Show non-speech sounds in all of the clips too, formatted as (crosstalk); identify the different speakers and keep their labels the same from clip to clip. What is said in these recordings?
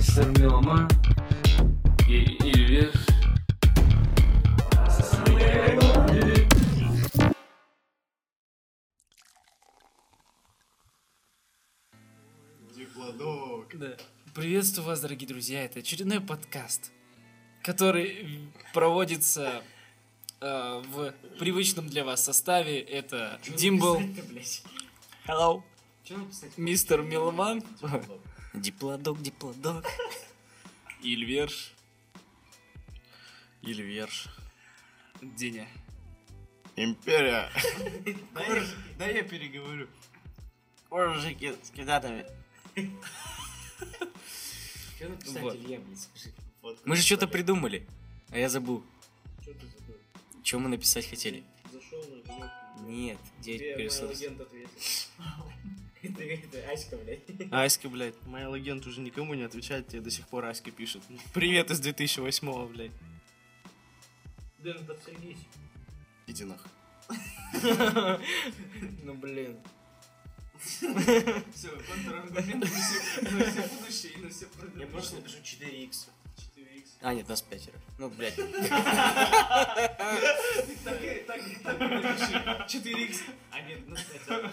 Speaker 1: Сармиома и Ильвир.
Speaker 2: Диплодок.
Speaker 1: Да. Приветствую вас, дорогие друзья. Это очередной подкаст, который проводится э, в привычном для вас составе. Это Димбл, Hello, мистер Милман, Диплодок, диплодок. Ильверш. Ильверш. Диня.
Speaker 2: Империя.
Speaker 3: Да я переговорю. Оружики с кидатами.
Speaker 4: Что написать,
Speaker 1: Вот.
Speaker 4: Илья, блядь, скажи?
Speaker 1: Мы же что-то придумали, а я забыл. Чего мы написать хотели?
Speaker 4: Зашел на кнопку.
Speaker 1: Нет,
Speaker 4: Тебе
Speaker 1: девять
Speaker 4: мой
Speaker 1: пересос.
Speaker 4: агент ответил. (laughs) Это, это Аська, блядь.
Speaker 3: А, Аська, блядь, моя агент уже никому не отвечает, тебе до сих пор Аська пишет. Привет из 2008 блядь.
Speaker 4: Дэн, подстригись.
Speaker 2: Иди нахуй.
Speaker 4: Ну, блин.
Speaker 3: Все, контраргумент на все на все будущее и на все
Speaker 4: Я просто
Speaker 3: предыдущее.
Speaker 4: напишу 4х.
Speaker 3: 4х.
Speaker 1: А, нет, нас пятеро. Ну, блядь.
Speaker 3: Так и- так и- так и напиши. 4х.
Speaker 4: А нет, ну, это...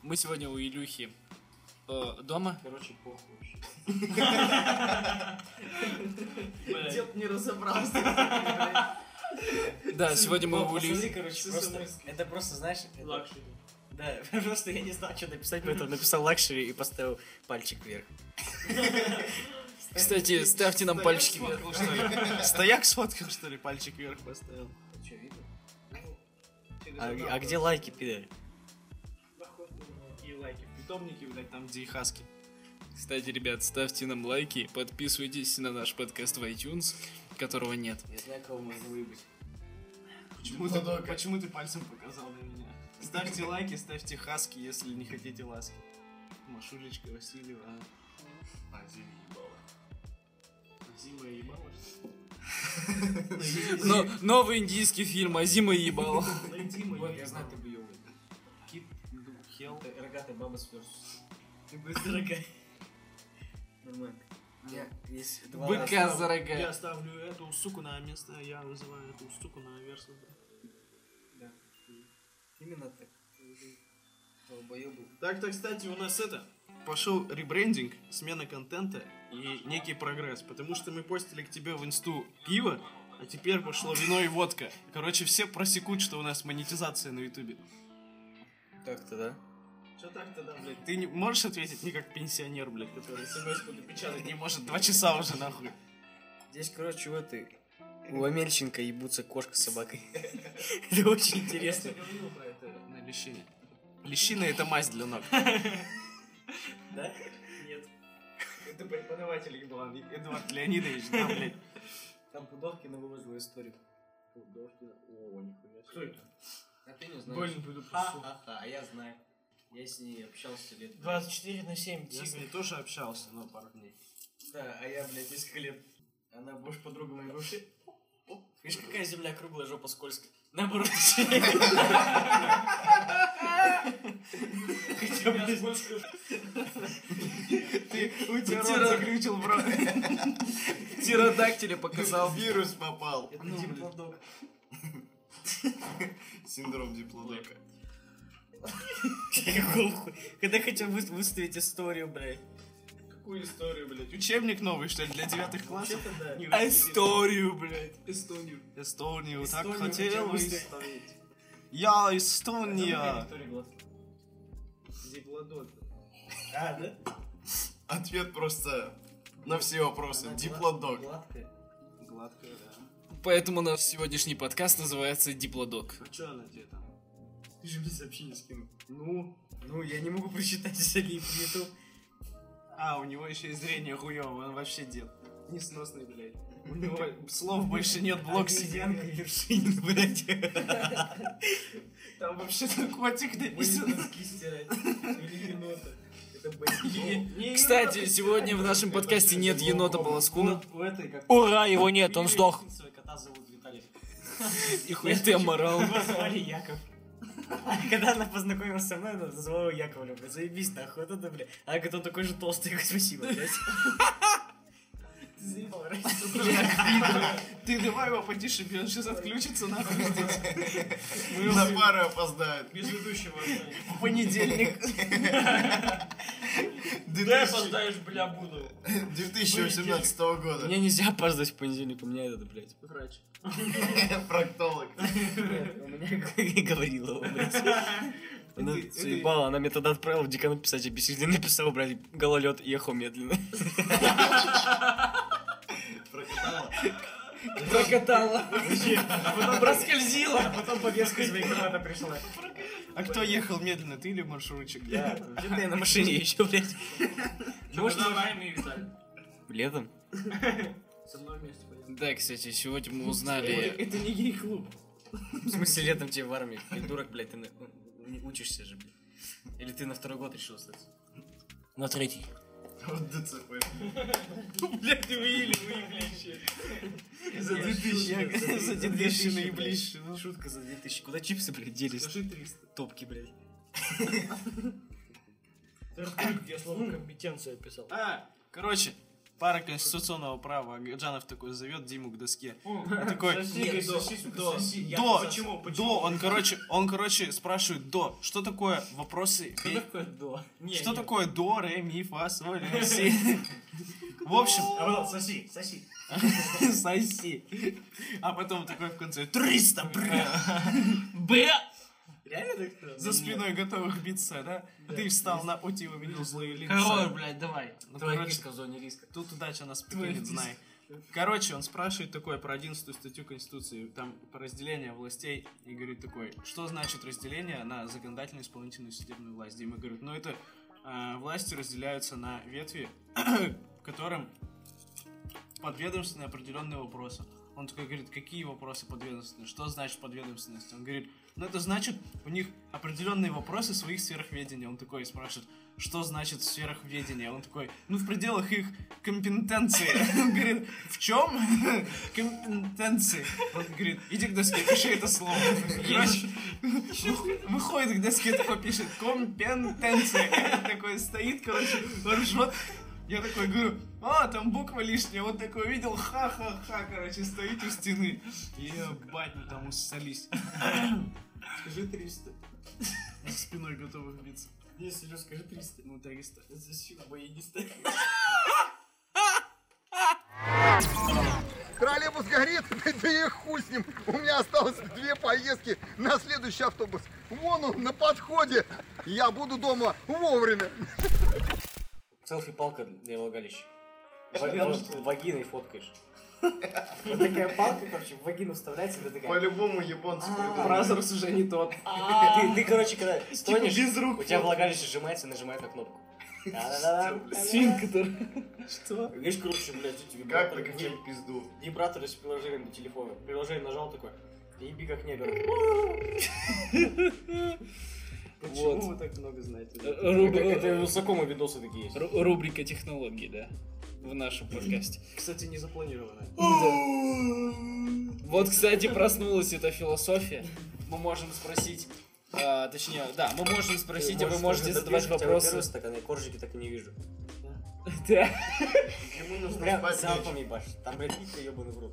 Speaker 1: Мы сегодня у Илюхи э, дома.
Speaker 4: Короче, похуй вообще.
Speaker 1: Блядь.
Speaker 3: Дед не разобрался. блядь.
Speaker 1: Да, сегодня мы у
Speaker 4: Пацаны,
Speaker 1: Илюхи.
Speaker 4: короче,
Speaker 3: С
Speaker 4: просто...
Speaker 3: смс-кой.
Speaker 4: Это просто, знаешь... это-
Speaker 3: Лакшери.
Speaker 4: Да, (laughs) просто я не знал, что написать, поэтому написал лакшери и поставил пальчик вверх.
Speaker 1: Кстати, ставьте нам
Speaker 3: Стояк
Speaker 1: пальчики вверх.
Speaker 3: сфоткал, что ли? Стояк сфоткал, что ли, пальчик вверх поставил.
Speaker 4: Че, А видно? Ну,
Speaker 3: Через
Speaker 4: А,
Speaker 3: одно
Speaker 4: а где лайки, пидорь?
Speaker 3: И лайки. Питомники, блядь, там, где и хаски.
Speaker 1: Кстати, ребят, ставьте нам лайки, подписывайтесь на наш подкаст в iTunes, которого нет.
Speaker 4: Я знаю, кого можно выбить.
Speaker 3: Почему
Speaker 4: Ну
Speaker 3: ты,
Speaker 2: Диплодока.
Speaker 3: почему ты пальцем показал на меня? Ставьте лайки, ставьте хаски, если не хотите ласки. Машулечка Васильева.
Speaker 2: А, Диня ебала.
Speaker 3: Зима ебала.
Speaker 1: Но, новый индийский фильм «Азима ебал».
Speaker 4: Вот, я знаю, ты бы ее выбил.
Speaker 3: Кит, ну, хел.
Speaker 4: Это Рогатая баба с версус.
Speaker 3: Ты быстро
Speaker 4: Нормально. Я есть два
Speaker 1: Быка
Speaker 4: раза.
Speaker 1: зарога.
Speaker 3: Я ставлю эту суку на место, я вызываю эту суку на версу.
Speaker 4: Да. Именно так. Долбоёбы.
Speaker 3: Так, так, кстати, у нас это пошел ребрендинг, смена контента и некий прогресс, потому что мы постили к тебе в инсту пиво, а теперь пошло вино и водка. Короче, все просекут, что у нас монетизация на ютубе.
Speaker 4: Так-то, да?
Speaker 3: Че так-то, да, блядь? Ты не можешь ответить не как пенсионер, блядь, который смс-ку напечатать не может два часа уже, нахуй.
Speaker 4: Здесь, короче, вот и у Амельченко ебутся кошка с собакой. (laughs) Это очень интересно.
Speaker 3: говорил про это на лещине. Лещина это мазь для ног.
Speaker 4: Да? Нет.
Speaker 3: Это преподаватель Эдуард, Эдуард Леонидович, да, блядь.
Speaker 4: Там Пудовкина выложила историю. Пудовкина? О, нихуя
Speaker 3: Кто это?
Speaker 4: А ты не знаешь.
Speaker 3: Больно буду пошел.
Speaker 4: Ха-ха-ха, а я знаю. Я с ней общался лет...
Speaker 3: 24 на 7, Я с ней тоже общался, но пару дней.
Speaker 4: Да, а я, блядь, несколько лет. Она больше подруга моей бывшей. Оп, Видишь, какая земля круглая, жопа скользкая. Наоборот, точнее. Хотя, блядь, больше...
Speaker 3: Ты у тебя
Speaker 4: Ты
Speaker 3: рот
Speaker 4: рот-
Speaker 3: заключил, бро.
Speaker 1: Птеродактиля показал.
Speaker 2: Вирус попал.
Speaker 4: Это ну, диплодок.
Speaker 2: Синдром диплодока.
Speaker 4: Какой хуй. Когда хотел вы- выставить историю, блядь.
Speaker 3: Какую историю, блядь? Учебник новый, что ли, для
Speaker 4: (laughs)
Speaker 3: девятых классов? Не
Speaker 1: А
Speaker 3: уверен.
Speaker 1: Историю, блядь.
Speaker 3: Эстонию. Эстонию, так
Speaker 4: Эстонию
Speaker 3: хотел.
Speaker 4: выставить.
Speaker 3: Я
Speaker 4: Какая
Speaker 3: Эстония.
Speaker 4: история была?
Speaker 3: Диплодок.
Speaker 4: А, да?
Speaker 2: Ответ просто на все вопросы.
Speaker 4: Она
Speaker 2: Диплодок.
Speaker 4: Гладкая.
Speaker 3: Гладкая, да.
Speaker 1: Поэтому наш сегодняшний подкаст называется «Диплодок».
Speaker 3: А чё она тебе там? (laughs)
Speaker 4: Ты же мне сообщение скинул.
Speaker 3: Ну,
Speaker 4: Ну, я не могу прочитать все YouTube.
Speaker 3: а, у него еще и зрение хуёвое, он вообще дед. Несносный, блядь. У него слов больше нет, блок сидит.
Speaker 1: (laughs)
Speaker 4: Обезьянка Вершинин, блядь.
Speaker 3: Там вообще-то котик
Speaker 4: Будем
Speaker 3: написан.
Speaker 4: носки стирать. Или енота. Это (laughs) бандит.
Speaker 3: Не-
Speaker 1: Кстати, сегодня в нашем
Speaker 4: э,
Speaker 1: подкасте нет енота Полоскуна.
Speaker 3: У этой как...
Speaker 1: Ура, его нет, он
Speaker 3: Юлия
Speaker 1: сдох.
Speaker 3: Лисинцева, Кота зовут Виталий.
Speaker 1: И хуя ты обморал.
Speaker 4: Его звали Яков. (laughs) Когда она познакомилась со мной, она называла его Яковлем. Блядь, Заебись нахуй, вот это, бля. А я говорит, он такой же толстый, я говорю, спасибо, блядь. Ты заебал, Раиса, блядь.
Speaker 3: Ты давай его потише, блин, он сейчас отключится нахуй здесь.
Speaker 5: На пары опоздает.
Speaker 6: Без ведущего. останется.
Speaker 3: В понедельник.
Speaker 6: Ты опоздаешь, бля, буду.
Speaker 5: 2018 года.
Speaker 4: Мне нельзя опаздывать в понедельник, у меня этот, блядь. (laughs)
Speaker 6: Врач.
Speaker 5: Проктолог.
Speaker 4: Блядь, У меня говорила его, блядь. Она
Speaker 3: Это- это-
Speaker 4: заебала, она мне тогда отправила в декан писать, объяснительно написал, блядь, гололед ехал медленно.
Speaker 5: Прокатала.
Speaker 4: Прокатала. Потом проскользила. А потом повестка из военкомата пришла.
Speaker 3: А кто ехал медленно, ты или маршрутчик?
Speaker 4: Да, где-то я на машине еще, блядь.
Speaker 6: Может, давай мы их взяли.
Speaker 4: Летом?
Speaker 6: Со мной вместе пойдем.
Speaker 1: Да, кстати, сегодня мы узнали...
Speaker 3: Это не гей-клуб.
Speaker 4: В смысле, летом тебе в армии. Придурок, блядь, ты на- не учишься же, блядь. Или ты на второй год решил остаться? На третий.
Speaker 5: Вот ДЦП.
Speaker 6: Бля, ты выели, выебли еще.
Speaker 3: За 2000. За 2000 наиближь.
Speaker 4: Ну, Шутка за 2000. Куда чипсы, блядь, делись?
Speaker 6: Скажи 300.
Speaker 4: Топки, блядь.
Speaker 6: Ты расскажи, где слово компетенция писал.
Speaker 3: А, короче, пара конституционного права. Гаджанов такой зовет Диму к доске. Такой,
Speaker 6: Нет, до, до,
Speaker 3: Хм. до,
Speaker 6: Почему, почему?
Speaker 3: до, он, короче, он, короче, спрашивает до, что такое вопросы,
Speaker 6: Что такое до? Не,
Speaker 3: что
Speaker 6: не.
Speaker 3: такое до, ре, ми, фа, соль, ля, си. В общем, (laughs)
Speaker 6: А вот, соси, соси.
Speaker 3: соси. А потом такой в конце 300, бля.
Speaker 6: Б!
Speaker 4: Реально так кто?
Speaker 3: За спиной готовых биться, да? Ты встал на пути и увидел злые
Speaker 6: Король,
Speaker 3: лица.
Speaker 6: блядь, давай.
Speaker 3: Ну,
Speaker 4: Твоя
Speaker 3: короче,
Speaker 4: кишка в зоне риска.
Speaker 3: Тут удача нас
Speaker 6: Твоя
Speaker 3: покинет,
Speaker 6: песня.
Speaker 3: знай. Короче, он спрашивает такое про 11 статью Конституции, там про разделение властей, и говорит такой, что значит разделение на законодательную, исполнительную и судебную власть? Дима говорит, ну это э, власти разделяются на ветви, (coughs) которым подведомственны определенные вопросы. Он такой говорит, какие вопросы подведомственные? Что значит подведомственность? Он говорит, ну это значит, у них определенные вопросы в своих сферах ведения. Он такой спрашивает, что значит в сферах ведения? Он такой, ну в пределах их компетенции. Он говорит, в чем компетенции? Он говорит, иди к доске, пиши это слово. Короче, выходит к доске, такой пишет, компетенция. Такой стоит, короче, ржет. Я такой говорю, а, там буква лишняя, вот такой видел, ха-ха-ха, короче, стоит у стены. Ебать, мы там уссались.
Speaker 6: Скажи 300.
Speaker 3: За спиной готовых биться.
Speaker 6: Не, Серёж, скажи 300.
Speaker 3: Ну, тагиста.
Speaker 6: Соси, боегиста.
Speaker 7: Троллейбус горит, (laughs) да и хуй с ним. У меня осталось две поездки на следующий автобус. Вон он на подходе. Я буду дома вовремя.
Speaker 4: Селфи-палка для влагалища. ну, Вагиной фоткаешь. (laughs) Вот такая палка, короче, в вагину вставляется, ты такая...
Speaker 5: По-любому японцы придумали.
Speaker 3: Бразерс уже не тот.
Speaker 4: Ты, ты, короче, когда стонешь, у тебя влагалище сжимается, нажимает на (laughs) кнопку.
Speaker 3: (laughs) Сфинктер.
Speaker 4: Видишь, круче, блядь, эти
Speaker 5: Как
Speaker 4: вибраторы.
Speaker 5: прикатить пизду?
Speaker 4: Вибраторы с приложением на телефоне. Приложение нажал такое, еби как негр.
Speaker 3: (laughs) Почему
Speaker 1: Вот.
Speaker 3: вы так много знаете?
Speaker 1: Руб-
Speaker 4: Э, ну, Это у Сакома видосы такие есть.
Speaker 1: ру- Рубрика технологии, да. В нашем подкасте.
Speaker 3: Кстати, не запланировано.
Speaker 1: Вот, кстати, проснулась эта философия. Мы можем спросить... а, точнее, да, мы можем спросить, а вы можете задавать вопросы.
Speaker 4: стаканы, коржики так и не вижу.
Speaker 1: (laughs) Да.
Speaker 5: Ему нужно
Speaker 4: Прям
Speaker 5: спать
Speaker 4: залпом ебашь. Там, блядь, пить-то ебаный в рот.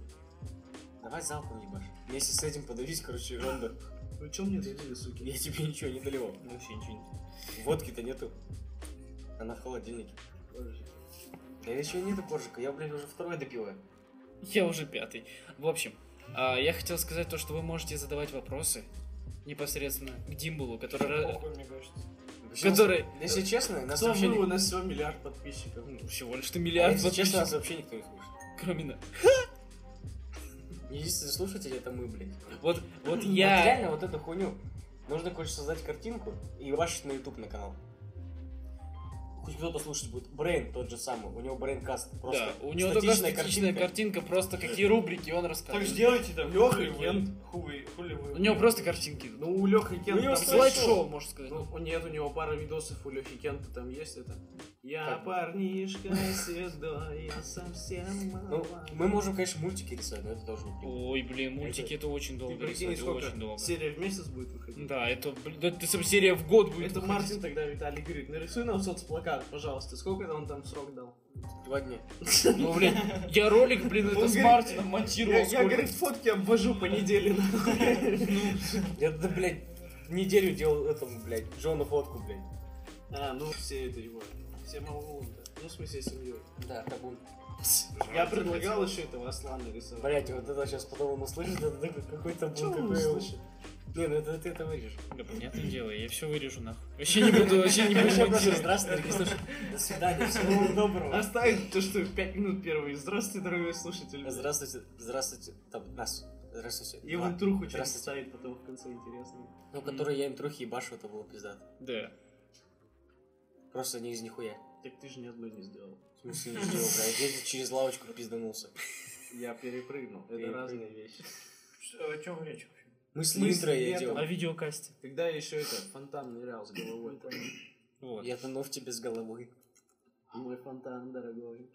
Speaker 4: Давай залпом ебашь. Вместе с этим подавись, короче, Ронда.
Speaker 3: Вы чем мне дадили, суки?
Speaker 4: Я тебе ничего не доливал. Вообще ничего не. Водки-то нету. Она в холодильнике. Да еще нету коржика, я, блядь, уже второй допиваю.
Speaker 1: Я уже пятый. В общем, а, я хотел сказать то, что вы можете задавать вопросы непосредственно к Димбулу, который... ра-
Speaker 6: Похуй, мне кажется.
Speaker 1: Который...
Speaker 4: Если честно, нас
Speaker 3: Кто
Speaker 4: вообще
Speaker 3: вы?
Speaker 4: никто...
Speaker 3: У нас всего миллиард подписчиков.
Speaker 1: Ну, Всего лишь ты
Speaker 4: А
Speaker 1: миллиард
Speaker 4: Если
Speaker 1: подписчиков,
Speaker 4: честно, (laughs) нас вообще никто не слушает.
Speaker 1: кроме нас.
Speaker 4: Единственный слушатель это мы, блядь.
Speaker 1: Вот, вот
Speaker 4: Вот
Speaker 1: я...
Speaker 4: Ну, реально вот эту хуйню. Нужно, короче, создать картинку и вашить на YouTube на канал. Хоть кто-то слушать будет. Брейн тот же самый, у него брейнкаст просто.
Speaker 1: Да, у него только статичная картинка.
Speaker 4: картинка.
Speaker 1: просто какие рубрики он рассказывает.
Speaker 6: сделайте там
Speaker 3: Лёха
Speaker 6: Леха
Speaker 3: и
Speaker 6: и
Speaker 3: Кент.
Speaker 6: Хуй, хули вы.
Speaker 1: У него просто картинки. идут.
Speaker 3: Ну, у Лехи
Speaker 6: Ну,
Speaker 3: Кента...
Speaker 6: я слайд-шоу. Ну,
Speaker 1: можно сказать. Ну,
Speaker 3: Ну, нет, у него пара видосов у Лехи Кента там есть это. Я парнишка седой, я совсем
Speaker 4: Ну,
Speaker 3: мала.
Speaker 4: мы можем, конечно, мультики рисовать, но это должно быть.
Speaker 1: Ой, блин, мультики это очень
Speaker 8: Ты
Speaker 1: долго
Speaker 8: прикинь,
Speaker 1: рисовать,
Speaker 8: сколько
Speaker 1: очень долго.
Speaker 8: серия в месяц будет выходить?
Speaker 1: Да, это, блин, да ты сам серия в год будет.
Speaker 3: Это
Speaker 1: выходить.
Speaker 3: Мартин тогда Виталий говорит, нарисуй нам соцплакат, пожалуйста. Сколько он там срок дал?
Speaker 4: Два дня.
Speaker 1: Ну, блин, я ролик, блин, это
Speaker 3: Он
Speaker 1: с
Speaker 3: говорит,
Speaker 1: Мартином монтировал.
Speaker 3: Я, я,
Speaker 1: сколько.
Speaker 3: говорит, фотки обвожу по неделе. нахуй.
Speaker 4: Я, да, блядь, неделю делал этому, блядь, Джону фотку, блядь.
Speaker 3: А, ну все это его. Все Малвуланда. Ну, в смысле, семью.
Speaker 4: Да, табу.
Speaker 3: Я предлагал еще этого осла нарисовать.
Speaker 4: Блядь, вот это сейчас потом он услышит, это такой, какой-то был,
Speaker 3: Чё он
Speaker 4: какой он.
Speaker 3: услышит?
Speaker 4: Не, ну это ты это вырежешь.
Speaker 1: Да, понятное дело, я все вырежу нахуй. Вообще не буду, вообще
Speaker 4: (laughs)
Speaker 1: не буду монтировать.
Speaker 4: Здравствуйте, дорогие слушатели. До свидания, всего вам доброго.
Speaker 3: Оставить то, что в 5 минут первые. Здравствуйте, дорогой слушатель.
Speaker 4: Здравствуйте, здравствуйте, там, нас. Здравствуйте.
Speaker 3: И
Speaker 4: Два.
Speaker 3: он труху сейчас
Speaker 4: Здравствуйте.
Speaker 3: ставит потом в конце интересно.
Speaker 4: Ну, который я им трухи ебашу, это было пиздато.
Speaker 1: Да.
Speaker 4: Просто не из нихуя.
Speaker 3: Так ты же ни одной не сделал.
Speaker 4: В смысле, не сделал, блядь. Я здесь через лавочку пизданулся.
Speaker 3: Я перепрыгнул. Это
Speaker 4: Перепрыгнул.
Speaker 3: разные вещи.
Speaker 6: О чем речь?
Speaker 4: Мысли
Speaker 3: Мысли
Speaker 4: интро я
Speaker 3: нету.
Speaker 4: делал.
Speaker 1: На видеокасте.
Speaker 3: Когда еще это фонтан нырял с головой. там.
Speaker 1: Вот.
Speaker 4: Я тонул в тебе с головой.
Speaker 3: Мой фонтан, дорогой.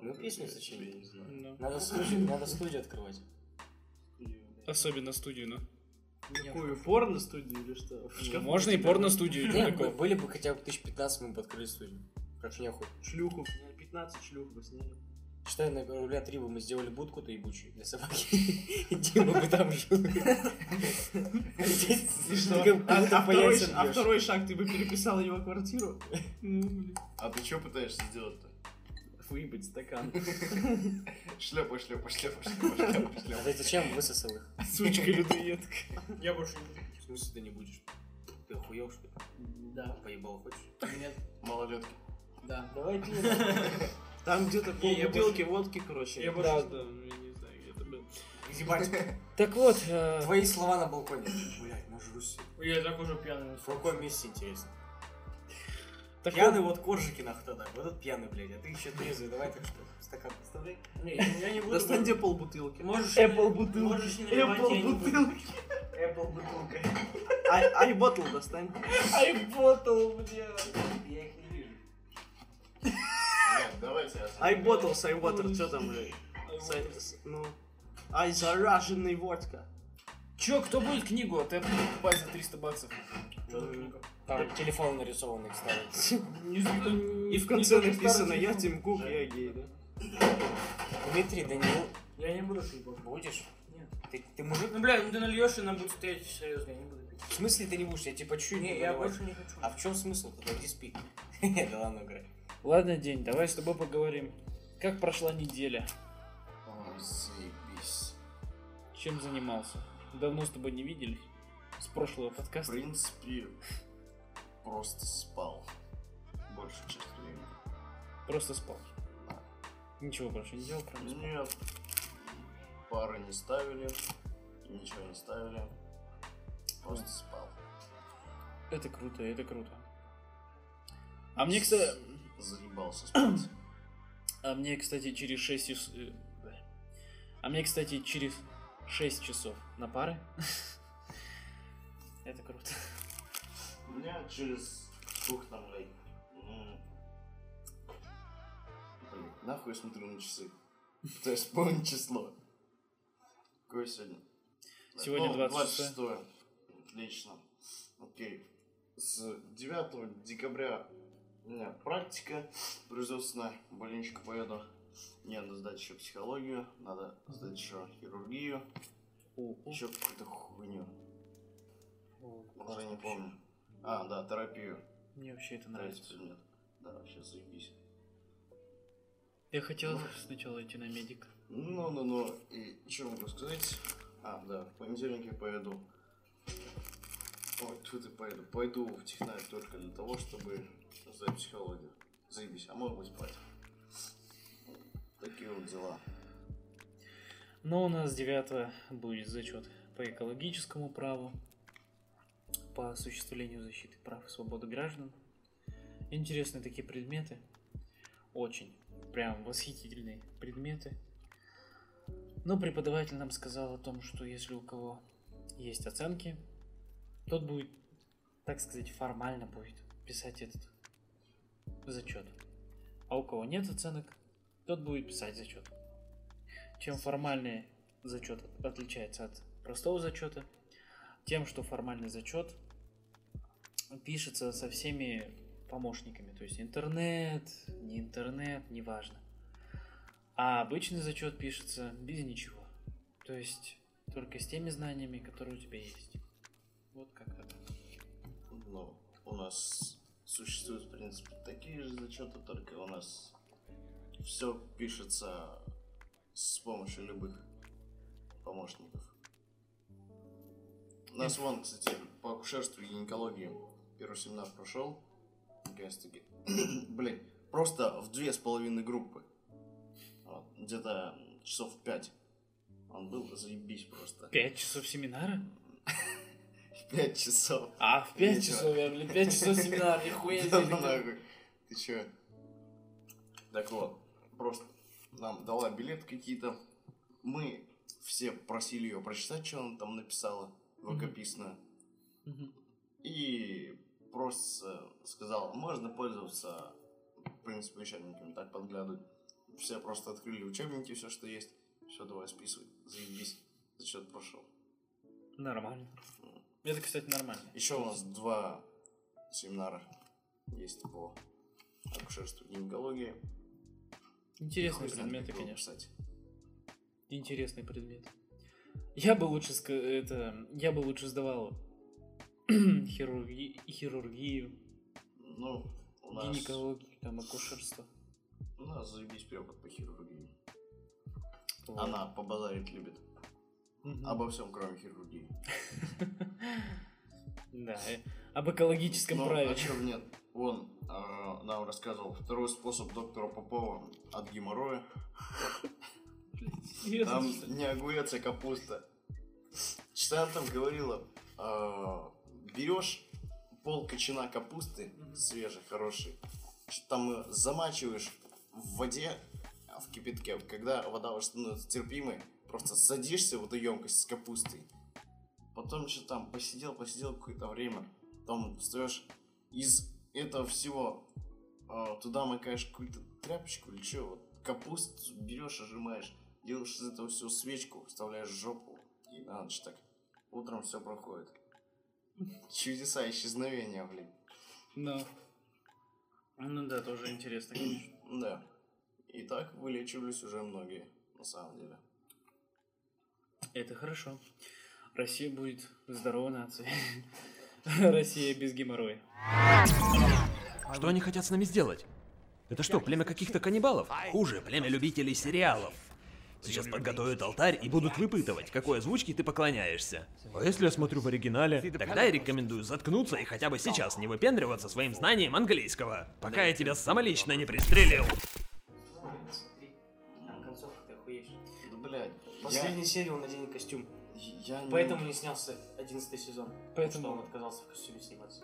Speaker 4: Ну, песню сочинили.
Speaker 1: Да.
Speaker 4: Надо студию, надо студию открывать.
Speaker 1: Особенно студию, ну.
Speaker 3: Какую порно студию или что?
Speaker 1: Можно и порно-студию, чё
Speaker 4: Не, ну,
Speaker 1: такое?
Speaker 4: были бы хотя бы 1015, мы бы открыли студию. Как шняху.
Speaker 3: Шлюху. 15 шлюх бы сняли.
Speaker 4: Считай, на руля 3 бы мы сделали будку-то ебучую для собаки. (laughs) И Дима бы там жил. А здесь
Speaker 3: И что?
Speaker 4: ты как
Speaker 3: А,
Speaker 4: будто
Speaker 3: а второй,
Speaker 4: паяцем
Speaker 3: ш- а
Speaker 4: бьёшь.
Speaker 3: второй шаг, ты бы переписал его квартиру? Ну,
Speaker 9: А ты что пытаешься сделать-то?
Speaker 3: Выебать стакан.
Speaker 9: Шляпа, шляпа, шляпа, шляпа, шляпа,
Speaker 4: А
Speaker 9: шляпа.
Speaker 4: ты зачем высосал их?
Speaker 1: Сучка людоедка.
Speaker 6: Я больше не буду.
Speaker 4: В смысле ты не будешь? Ты охуел что ли?
Speaker 3: Да.
Speaker 4: Поебал хочешь?
Speaker 3: Нет.
Speaker 9: Малолетки.
Speaker 3: Да.
Speaker 4: Давай (laughs)
Speaker 3: Там где-то
Speaker 6: Не, я
Speaker 3: полбутылки водки, короче.
Speaker 6: Я больше да, не знаю, где это был.
Speaker 4: Ебать,
Speaker 1: Так вот, э,
Speaker 4: твои слова на балконе. Блять, нажрусь.
Speaker 6: Я и так уже пьяный.
Speaker 4: В каком месте интересно?
Speaker 1: так вот,
Speaker 4: Пьяный вот коржики нах тогда. Вот этот пьяный, блядь, а ты еще трезвый. Давай так что, стакан поставляй.
Speaker 6: Не, я не буду.
Speaker 3: Достань где полбутылки.
Speaker 6: Можешь
Speaker 3: Apple
Speaker 6: не-
Speaker 3: бутылки.
Speaker 6: Можешь не наливать, я
Speaker 3: Apple
Speaker 6: не буду.
Speaker 3: бутылки.
Speaker 6: Apple бутылка.
Speaker 3: Ай, ботл достань.
Speaker 6: Айботл, бля. Я их не вижу.
Speaker 9: Нет, давай тебя.
Speaker 3: Ай, ботл, сай water, что там, блядь? Сай- с- Ну. Ай, зараженный водка.
Speaker 1: чё, кто будет книгу от Apple покупать за 300 баксов?
Speaker 4: Там телефон нарисованный, кстати.
Speaker 3: И в конце написано, я Тим Кук, я гей, да?
Speaker 4: Дмитрий, Даниил,
Speaker 6: Я не буду пить. больше.
Speaker 4: будешь?
Speaker 6: Нет.
Speaker 4: Ты, ты мужик?
Speaker 6: Ну, бля, ну ты нальешь, и она будет стоять серьезно, я не буду пить.
Speaker 4: В смысле ты не будешь? Я типа чуть
Speaker 6: Не,
Speaker 4: не
Speaker 6: я
Speaker 4: наливаю.
Speaker 6: больше не хочу.
Speaker 4: А в чем смысл? Тогда иди спи. (laughs) Да ладно, играй.
Speaker 1: Ладно, День, давай с тобой поговорим. Как прошла неделя?
Speaker 9: Ой, заебись.
Speaker 1: Чем занимался? Давно с тобой не виделись. С прошлого
Speaker 9: В
Speaker 1: подкаста.
Speaker 9: принципе, просто спал. Большую часть времени.
Speaker 1: Просто спал. Ничего больше не делал, кроме спал.
Speaker 9: Нет. Пары не ставили. Ничего не ставили. Просто спал.
Speaker 1: Это круто, это круто. А мне, кстати, (clears throat)
Speaker 9: Заебался спать.
Speaker 1: а мне, кстати, через 6 часов... э, бля. А мне, кстати, через 6 часов на пары. (laughs) Это круто.
Speaker 9: У меня через сколько там, блядь, м, Блин, нахуй я смотрю на часы. Пытаюсь (laughs) вспомнить число. Какое сегодня?
Speaker 1: Сегодня
Speaker 9: Ну,
Speaker 1: 26.
Speaker 9: 26. Отлично. Окей. С 9 декабря у меня практика производственная. Больничку поеду. Мне надо сдать еще психологию, надо сдать еще хирургию, еще какую-то хуйню. Уже не помню. А, да, терапию.
Speaker 1: Мне вообще это
Speaker 9: Нравится
Speaker 1: нравится.
Speaker 9: предмет. Да, вообще заебись.
Speaker 1: Я хотел
Speaker 6: Ну,
Speaker 1: сначала идти на медика.
Speaker 9: Ну, ну, ну, и что могу сказать? А, да, в понедельник я поеду. Ой, тут и поеду. Пойду в технарь только для того, чтобы сдать психологию. Заебись, а может быть спать. Такие вот дела.
Speaker 1: Но у нас 9 будет зачет по экологическому праву, по осуществлению защиты прав и свободы граждан. Интересные такие предметы. Очень. Прям восхитительные предметы. Но преподаватель нам сказал о том, что если у кого есть оценки, тот будет, так сказать, формально будет писать этот зачет. А у кого нет оценок, тот будет писать зачет. Чем формальный зачет от- отличается от простого зачета, тем, что формальный зачет пишется со всеми помощниками, то есть интернет, не интернет, неважно. А обычный зачет пишется без ничего, то есть только с теми знаниями, которые у тебя есть. Вот как-то так.
Speaker 9: Ну, у нас существуют, в принципе, такие же зачеты, только у нас все пишется с помощью любых помощников. У нас вон, кстати, по акушерству и гинекологии первый семинар прошел. Наконец-таки. (coughs) Блин, просто в две с половиной группы. Вот, где-то часов в пять. Он был заебись просто.
Speaker 1: Пять часов семинара?
Speaker 9: (laughs) Пять часов.
Speaker 1: А, в пять
Speaker 9: Вечера.
Speaker 1: часов, я, блин, пять часов семинар, нихуя себе.
Speaker 9: Да ну
Speaker 1: ребят.
Speaker 9: нахуй. Ты чё? Так вот, просто нам дала билет какие-то. Мы все просили ее прочитать, что она там написала, рукописно.
Speaker 1: Мгм.
Speaker 9: И просто сказал, можно пользоваться, в принципе, учебниками, так подглядывать. Все просто открыли учебники, все, что есть. Все, давай списывай, заебись. Зачет прошел.
Speaker 1: Нормально. Это, кстати, нормально.
Speaker 9: Еще у нас два семинара есть по акушерству и гинекологии.
Speaker 1: Интересные
Speaker 9: Хуй знает,
Speaker 1: предметы,
Speaker 9: как его
Speaker 1: конечно.
Speaker 9: писать.
Speaker 1: Интересные предметы. Я бы лучше ска- это, я бы лучше сдавал (clears throat) хирурги- хирургию,
Speaker 9: Ну, у нас,
Speaker 1: гинекологию, там акушерство.
Speaker 9: у нас заебись препод по хирургии.
Speaker 1: Вот.
Speaker 9: Она побазарить любит.
Speaker 1: Мгм.
Speaker 9: Обо всем, кроме хирургии.
Speaker 1: Да, э, об экологическом
Speaker 9: Ну,
Speaker 1: праве.
Speaker 9: а чё б нет? Он а, нам рассказывал второй способ доктора Попова от геморроя.
Speaker 1: Серьёзно,
Speaker 9: Там
Speaker 1: что ли?
Speaker 9: не огурец, а капуста. Что она там говорила? А, Берешь пол кочана капусты, свежий, хороший, чё-то там э, замачиваешь в воде, а, в кипятке. Когда вода уже становится терпимой, просто садишься в эту емкость с капустой. Потом что там посидел, посидел какое-то время. Потом встаешь из этого всего а, туда макаешь какую-то тряпочку или что, вот капусту берешь, ожимаешь, делаешь из этого всего свечку, вставляешь в жопу, и на ночь так. Утром все проходит. Чудеса исчезновения, блин.
Speaker 1: Да. Ну да, тоже интересно, конечно.
Speaker 9: Да. И так вылечивались уже многие, на самом деле.
Speaker 1: Это хорошо. Россия будет здорова нация. (laughs) Россия без геморроя.
Speaker 10: А Что они хотят с нами сделать? Это что, племя каких-то каннибалов? Хуже, племя любителей сериалов. Сейчас подготовят алтарь и будут выпытывать, какой озвучке ты поклоняешься. А если я смотрю в оригинале? Тогда я рекомендую заткнуться и хотя бы сейчас не выпендриваться своим знанием английского, пока я тебя самолично не пристрелил.
Speaker 4: Там концовка ты охуеешь.
Speaker 9: Да, блядь,
Speaker 4: В
Speaker 9: я,
Speaker 4: последней серии он оденет костюм.
Speaker 9: я не-
Speaker 4: Поэтому не снялся 11 сезон.
Speaker 1: Ну. Поэтому-
Speaker 4: Поэтому он отказался в костюме сниматься.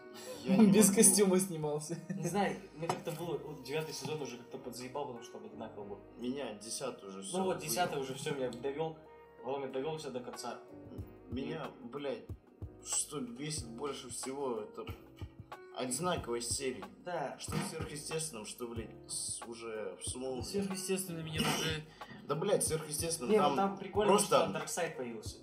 Speaker 4: (laughs)
Speaker 9: я не
Speaker 1: Без
Speaker 9: могу.
Speaker 1: костюма снимался.
Speaker 4: Не знаю, мне как-то было, вот девятый сезон уже как-то подзаебал, потому что он одинаково был.
Speaker 9: Меня десятый уже все.
Speaker 4: Ну вот десятый уже все меня довел, Володя довел все до конца.
Speaker 9: Меня, блядь, что бесит больше всего, это одинаковость серий.
Speaker 4: Да.
Speaker 9: Что в сверхъестественном, что, блядь, с- уже в сумму.
Speaker 1: Сверхъестественно меня уже...
Speaker 9: Да, блядь, в сверхъестественном
Speaker 4: Не, ну
Speaker 9: там,
Speaker 4: там прикольно,
Speaker 9: просто-
Speaker 4: что там Дарксайд появился.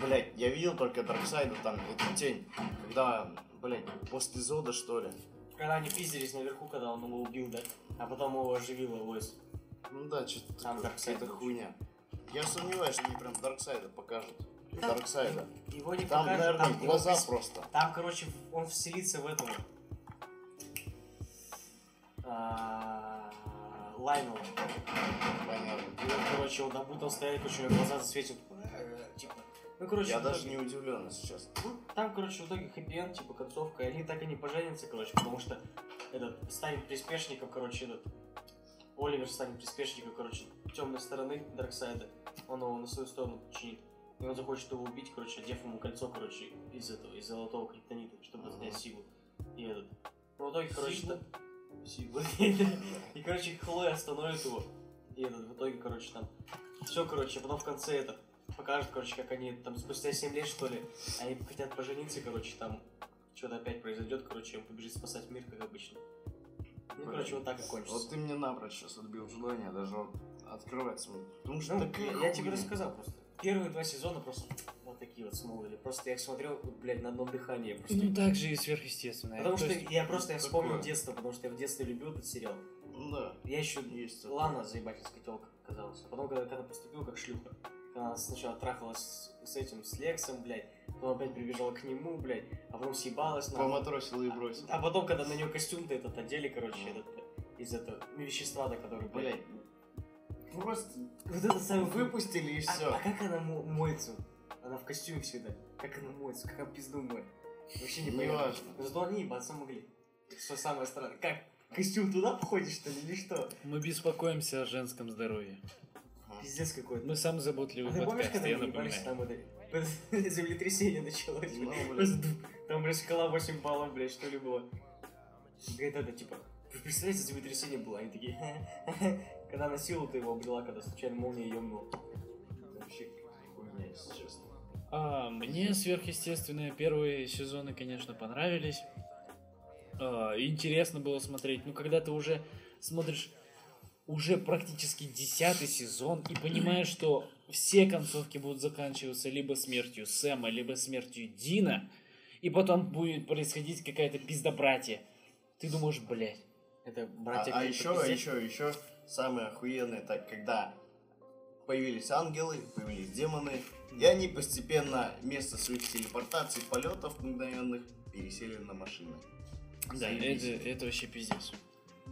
Speaker 9: блядь, я видел только Дарксайда, там, эту тень, когда, блядь, после Зода, что ли.
Speaker 4: Когда они пиздились наверху, когда он его убил, да? А потом его оживила Лойс.
Speaker 9: Ну да, что-то
Speaker 4: Там Дарксайд
Speaker 9: какая-то
Speaker 4: был.
Speaker 9: хуйня. Я сомневаюсь, что они прям Дарксайда покажут. Дарксайда.
Speaker 4: Его не
Speaker 9: Там,
Speaker 4: покажут,
Speaker 9: наверное,
Speaker 4: его
Speaker 9: глаза
Speaker 4: пис-
Speaker 9: просто.
Speaker 4: Там, короче, в- он вселится в этого. а, Лайнела.
Speaker 9: Понятно.
Speaker 4: И он, короче, он там будет, он стоит, короче, у него глаза засветят. Типа. Ну, короче,
Speaker 9: Я
Speaker 4: в
Speaker 9: даже
Speaker 4: итоге-
Speaker 9: не удивлен, если честно.
Speaker 4: Ну, Там, короче, в итоге хэппи типа концовка, и они так и не поженятся, короче, потому что этот станет приспешником, короче, этот Оливер станет приспешником, короче, темной стороны Дарксайда. Он его на свою сторону чинит. И он захочет его убить, короче, одев ему кольцо, короче, из этого, из золотого криптонита, чтобы
Speaker 9: Ага.
Speaker 4: снять силу. И этот. Ну, в итоге, короче, та- силу. (laughs) И, короче, Хлоя остановит его. И этот, в итоге, короче, там все, короче, потом в конце это покажут, короче, как они там спустя 7 лет, что ли, они хотят пожениться, короче, там что-то опять произойдет, короче, он побежит спасать мир, как обычно. Ну, короче, вот так и кончится.
Speaker 9: Вот ты мне напрочь сейчас отбил желание даже вот открывать. Потому что
Speaker 4: Ну,
Speaker 9: такая
Speaker 4: я тебе
Speaker 9: хуйня.
Speaker 4: рассказал просто. Первые два сезона просто вот такие вот смолвили. Просто я их смотрел, вот, блядь, на одном дыхании просто.
Speaker 1: Ну так же и сверхъестественное.
Speaker 4: Потому что
Speaker 1: То есть-
Speaker 4: я просто я вспомнил
Speaker 9: такое.
Speaker 4: детство, потому что я в детстве любил этот сериал.
Speaker 9: Ну Да,
Speaker 4: Я еще
Speaker 9: есть. такое.
Speaker 4: Лана заебательская телка оказалась. А потом, когда, когда поступил как шлюха, она сначала трахалась с, с этим, с Лексом, блядь, потом опять прибежала к нему, блядь, а потом съебалась на...
Speaker 9: Поматросил и бросил.
Speaker 4: А потом, когда на нее костюм-то этот одели, короче, этот, э, из этого ну, вещества-то, который,
Speaker 9: Блять,
Speaker 4: блядь,
Speaker 9: просто
Speaker 4: вот это самый выпуск.
Speaker 9: выпустили и
Speaker 4: А,
Speaker 9: все.
Speaker 4: а как она мо- моется? Она в костюме всегда. Как она моется? Как она пизду моет? Вообще не
Speaker 9: Не
Speaker 4: понимаю.
Speaker 9: важно.
Speaker 4: Но зато они ебаться могли. Что самое странное. Как? Костюм туда входит, что ли, или что?
Speaker 1: Мы беспокоимся о женском здоровье.
Speaker 4: Пиздец какой-то.
Speaker 1: Мы самый
Speaker 4: А
Speaker 1: заботливый
Speaker 4: ты помнишь,
Speaker 1: Ну, подкаст,
Speaker 4: когда
Speaker 1: я
Speaker 4: мы ебались
Speaker 1: напоминаю.
Speaker 4: там это... (laughs) Землетрясение началось,
Speaker 9: Ну,
Speaker 4: блядь.
Speaker 9: блядь.
Speaker 4: Просто Там, блядь, шкала 8 баллов, блядь, что ли было. Говорит, это, типа, вы представляете, землетрясение было, они такие, когда на силу ты его обрела, когда случайно молния ёбнула.
Speaker 9: Вообще хуйня, если честно.
Speaker 1: А, мне сверхъестественные первые сезоны, конечно, понравились. А, интересно было смотреть. Ну, когда ты уже смотришь уже практически десятый сезон и понимаешь, что все концовки будут заканчиваться либо смертью Сэма, либо смертью Дина, и потом будет происходить какая-то пиздобратья. Ты думаешь, блядь.
Speaker 4: Это
Speaker 9: А,
Speaker 4: братья
Speaker 9: а
Speaker 4: Гримм,
Speaker 9: еще,
Speaker 4: пиздец.
Speaker 9: еще, еще самое охуенное, так когда появились ангелы, появились демоны, и они постепенно место своих телепортаций, полетов мгновенных пересели на машины.
Speaker 1: Да,
Speaker 9: Заебись.
Speaker 1: это, это вообще пиздец.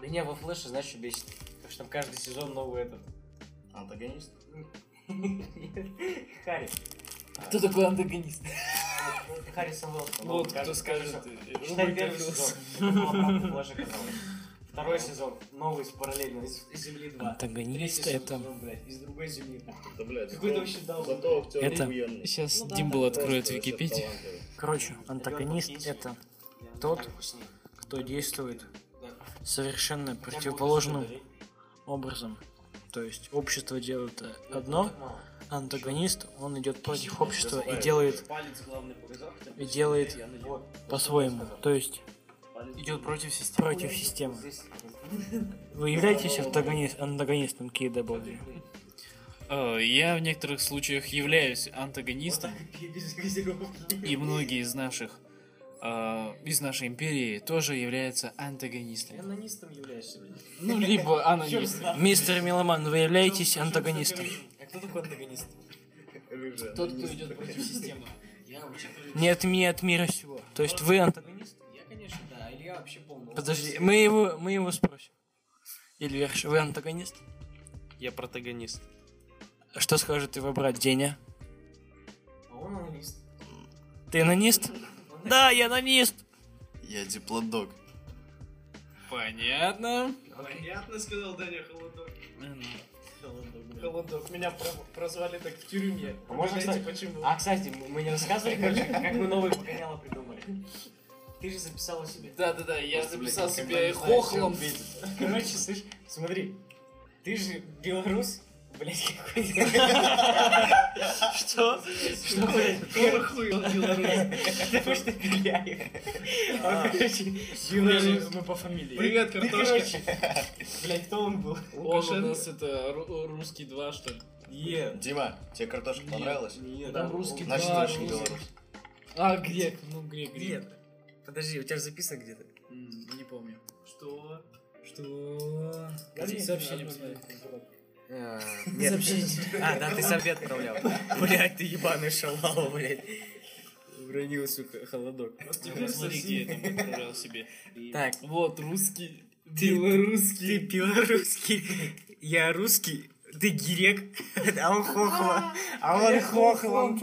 Speaker 4: Меня во флеше, знаешь, что бесит? Потому что там каждый сезон новый (laughs) этот.
Speaker 9: Антагонист?
Speaker 4: Харри.
Speaker 1: Кто такой антагонист?
Speaker 4: Харри Самвел.
Speaker 1: Вот кто скажет. э,
Speaker 4: Считай
Speaker 1: Рубрика
Speaker 4: первый
Speaker 1: «Философ».
Speaker 4: сезон. Это был обратный флэш оказалось. Второй сезон. Новый с параллельно. Из из Земли 2. Третий
Speaker 1: Антагонист
Speaker 4: сезон,
Speaker 1: это...
Speaker 4: ну, блядь, из другой Земли.
Speaker 9: Да, блядь,
Speaker 4: Какой-то вообще дал.
Speaker 9: Зато актер
Speaker 1: Это-
Speaker 9: охуенный.
Speaker 1: Сейчас
Speaker 4: Ну
Speaker 1: Димбл откроет Википедию.
Speaker 6: Короче, антагонист это тот, кто действует совершенно противоположным образом. То есть общество делает э, одно, а антагонист, он идет против общества и делает
Speaker 11: Палец главный показал, хотя бы
Speaker 6: и делает
Speaker 4: Вот.
Speaker 6: по-своему. То есть
Speaker 11: идет против системы.
Speaker 6: против системы. Вы являетесь антагонист, антагонистом KW?
Speaker 1: Э, Я в некоторых случаях являюсь антагонистом,
Speaker 4: И без газировки.
Speaker 1: и многие из наших э, из нашей империи тоже являются антагонистами.
Speaker 4: Анонистом являешься, блядь.
Speaker 1: Ну, либо анонистами.
Speaker 6: Мистер Меломан, вы являетесь антагонистом?
Speaker 4: А кто такой антагонист?
Speaker 1: Тот, кто идет против системы.
Speaker 6: Не от меня, от мира сего. То есть вы антагонист?
Speaker 4: Я, конечно, да. А Илья вообще полный.
Speaker 6: Подожди, мы его, мы его спросим. Ильверш, вы антагонист?
Speaker 3: Я протагонист.
Speaker 6: Что скажет его брат Деня?
Speaker 4: А он анонист.
Speaker 6: Ты анонист? Да, я анонист!
Speaker 9: Я диплодок.
Speaker 1: Понятно.
Speaker 11: Понятно, сказал Даня Холодок.
Speaker 1: Э, ну.
Speaker 4: Холодок. Меня прозвали так в тюрьме. А можно,
Speaker 11: Знаете,
Speaker 4: кстати,
Speaker 11: почему?
Speaker 4: А, кстати, мы- мы не рассказывали, короче, как мы новые погоняло придумали. Ты же записала себе.
Speaker 1: Да-да-да, я записал себя и
Speaker 9: хохлом.
Speaker 4: Короче, слышь, смотри, ты же белорус, блядь, какой-то. Что? Что, блядь?
Speaker 11: Какой он белорус?
Speaker 4: Потому что Беляев. Он, короче, белорус.
Speaker 6: Мы по фамилии.
Speaker 11: Привет,
Speaker 4: Ты,
Speaker 11: картошка.
Speaker 4: короче, блядь, кто он был?
Speaker 1: Он у
Speaker 11: Лукашенко.
Speaker 1: нас это ру- русский два, что ли?
Speaker 4: Е.
Speaker 9: Дима, тебе картошка понравилась?
Speaker 1: Там русский
Speaker 9: Значит, ты
Speaker 1: два.
Speaker 9: очень
Speaker 1: русский-
Speaker 9: белорус.
Speaker 1: А, грек, ну грек, грек.
Speaker 4: Нет. Подожди, у тебя же записано где-то.
Speaker 1: М, Не помню.
Speaker 11: Что?
Speaker 1: Что? Сообщение посмотри.
Speaker 4: Э, (laughs) Нет. А, да, ты совет отправлял. (laughs) Блядь, ты ебаный шалава, блядь. Уронил, сука, холодок.
Speaker 1: Ну, Посмотри, где (laughs) я там отправлял себе.
Speaker 4: Так,
Speaker 1: Вот, русский.
Speaker 4: белорусский. Ты белорусский. Я русский. Ты гирек. А он хохла. А он хохланд.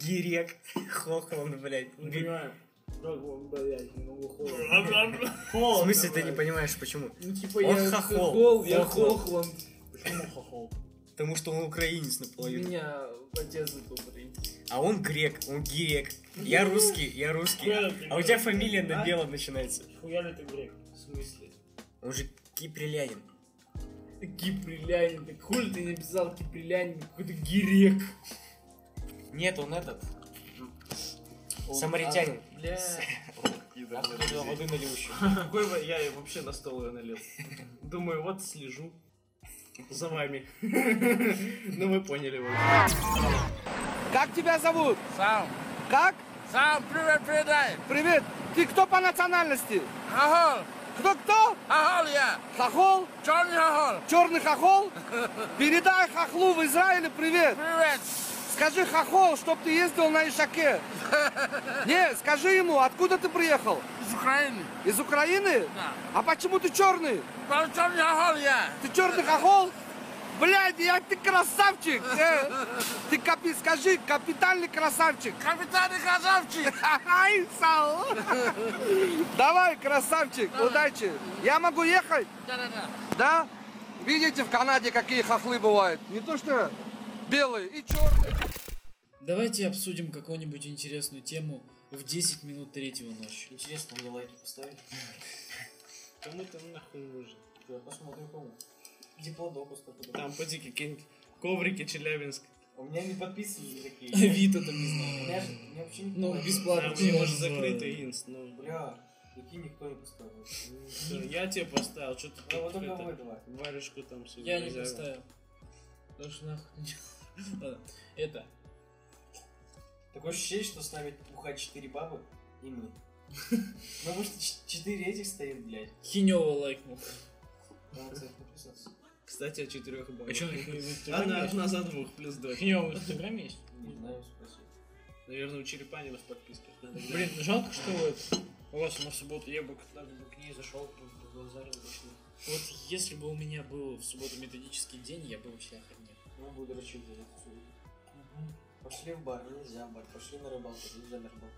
Speaker 4: Гирек. Хохланд, блядь. В смысле, ты не понимаешь, почему?
Speaker 1: Ну, типа,
Speaker 4: Он
Speaker 1: я
Speaker 4: хохол.
Speaker 1: хохол, я
Speaker 4: Хохланд.
Speaker 1: хохланд.
Speaker 4: Потому что он украинец наполовину.
Speaker 1: Меня отец добрый.
Speaker 4: А он грек, он гирек. Я русский, я русский. А у тебя фамилия на белом начинается.
Speaker 11: Хуяли ты грек? В смысле?
Speaker 4: Он же киприлянин.
Speaker 1: Киприлянин, так хули ты написал киприлянин, какой-то гирек.
Speaker 4: Нет, он этот. Самаритянин.
Speaker 1: Бля,
Speaker 9: Откидывай.
Speaker 1: Откуда воды налил еще?
Speaker 11: Какой ва- я и вообще на стол ее налил. Думаю, вот слежу за вами. Ну вы поняли вот.
Speaker 12: Как тебя зовут? Сам. Как? Сам, привет, передай. Привет. Ты кто по национальности? Хохол. Кто-кто? Хохол я. Хохол? Черный хохол. Черный хохол? Передай хохлу в Израиле привет. Привет. Скажи хохол, чтоб ты ездил на (laughs) Ишаке. Не, скажи ему, откуда ты приехал? Из Украины. Из Украины? Да. А почему ты черный? Потому черный хохол я. Ты черный хохол? Блядь, я ты красавчик! э. Ты капи, скажи, капитальный красавчик! Капитальный красавчик! (laughs) Ай, Сау! Давай, красавчик, удачи! Я могу ехать? Да? Видите, в Канаде какие хохлы бывают? Не то что белые и черные.
Speaker 1: Давайте обсудим какую-нибудь интересную тему в 10 минут третьего ночи. (laughs)
Speaker 4: Интересно, мне лайки поставить.
Speaker 11: Кому ты нахуй нужен?
Speaker 4: Да, Посмотрим кому. Диплодоку стопудово.
Speaker 11: Там поди какие-нибудь коврики Челябинск.
Speaker 4: У меня не подписаны никакие.
Speaker 1: Вита там не
Speaker 4: У
Speaker 1: знаю.
Speaker 4: меня же- у меня вообще никто
Speaker 1: Ну,
Speaker 4: не-
Speaker 1: бесплатно.
Speaker 11: Там где может закрытый инст. Ну,
Speaker 4: Бля, такие никто не поставил.
Speaker 11: всё, я тебе поставил, что ты
Speaker 4: Ну, вот
Speaker 11: тут
Speaker 4: только
Speaker 11: это,
Speaker 4: вы два.
Speaker 11: варежку там все
Speaker 1: Я не поставил. Потому что нахуй. (laughs) Ладно. Это.
Speaker 4: Такое ощущение, что с нами бухать четыре бабы и
Speaker 3: (laughs)
Speaker 4: мы. Потому что ч- четыре этих стоит, блядь.
Speaker 1: Хинева лайкнул.
Speaker 4: Надо, кстати, подписаться.
Speaker 11: Кстати, о четырех
Speaker 1: А что,
Speaker 11: баллах. Она
Speaker 1: Хинева
Speaker 11: одна за двух, плюс два.
Speaker 1: в Инстаграме есть?
Speaker 4: Не знаю, спроси.
Speaker 11: Наверное, у Черепанина в подписках. Надо глянуть.
Speaker 1: Блин, жалко, что вот у вас на субботу я бы, к- так бы к ней зашел, бы побазарил бы с ней. Вот если бы у меня был в субботу методический день, я бы вообще охренел.
Speaker 4: Ну, буду дрочить за Пошли в бар, нельзя в бар. Пошли на рыбалку, нельзя на рыбалку.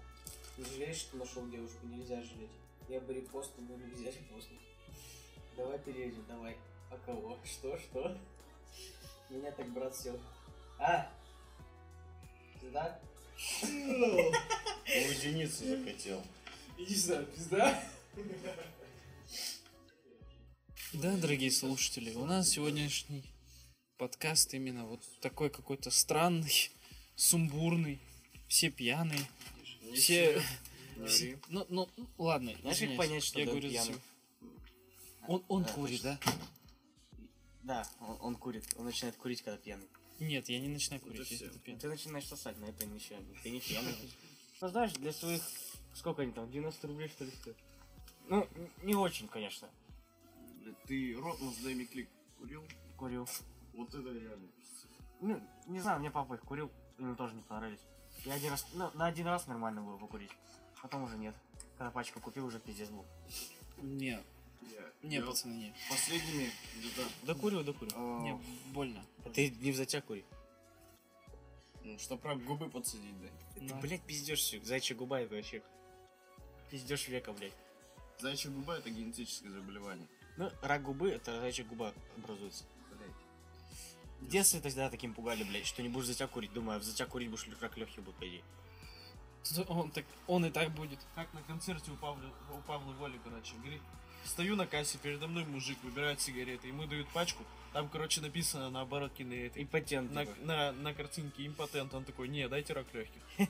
Speaker 4: Не жалеешь, что нашел девушку, нельзя жалеть. Я бы репостнул, но нельзя репостнуть. Давай переедем, давай. А кого? Что, что? Меня так брат сел. А! Пизда?
Speaker 9: Уединиться захотел.
Speaker 4: Иди сюда, пизда.
Speaker 1: Да, дорогие слушатели, у нас сегодняшний подкаст именно вот такой какой-то странный, сумбурный, все пьяные, (laughs) все... все- Ну, ну, ну, ладно,
Speaker 4: Знаешь, как
Speaker 1: извиняюсь,
Speaker 4: понять, что
Speaker 1: я
Speaker 4: Дэн
Speaker 1: говорю за
Speaker 4: пьяный? А,
Speaker 1: себя. Он, он
Speaker 4: Да,
Speaker 1: курит, да?
Speaker 4: Да, он, он курит. Он начинает курить, когда пьяный.
Speaker 1: Нет, я не начинаю курить. если
Speaker 11: всё.
Speaker 1: ты пьяный.
Speaker 4: Ты начинаешь сосать, но это еще ты не пьяный. Ну знаешь, для своих, сколько они там, 90 рублей что ли стоят? Ну, н- не очень, конечно,
Speaker 9: Блин, ты рот на сдайми клик курил?
Speaker 4: курил.
Speaker 9: Вот это реально.
Speaker 4: Ну, не знаю, мне папа их курил, ему тоже не понравились. Я один раз, ну, на один раз нормально было покурить, потом уже нет. Когда пачку купил, уже пиздец был.
Speaker 1: Не,
Speaker 9: Я-
Speaker 1: не,
Speaker 9: я
Speaker 1: пацаны, не.
Speaker 9: Последними где-то...
Speaker 1: Докурю, докурю.
Speaker 9: А.
Speaker 1: Не, больно.
Speaker 4: Ты не в затя кури.
Speaker 9: Ну, чтоб прям губы подсадить, да.
Speaker 1: Да.
Speaker 4: блядь, пиздешь все, зайчья губа это вообще. Пиздешь века, блядь.
Speaker 9: Зайчья губа это генетическое заболевание.
Speaker 4: Ну, рак губы, это зайчья губа образуется.
Speaker 9: Блядь.
Speaker 4: В детстве тогда таким пугали, блядь, что не будешь затя курить. Думаю, а в затя курить будешь рак легких будет, по идее.
Speaker 1: Зато Он, так, он и так будет.
Speaker 3: Как на концерте у Павла, у Павла Воли, короче, говорит, стою на кассе, передо мной мужик выбирает сигареты, ему дают пачку, там, короче, написано наоборот кино этой.
Speaker 4: Импотент.
Speaker 3: На,
Speaker 4: типа.
Speaker 3: на, на картинке импотент, он такой, не, дайте рак легких.
Speaker 4: (laughs)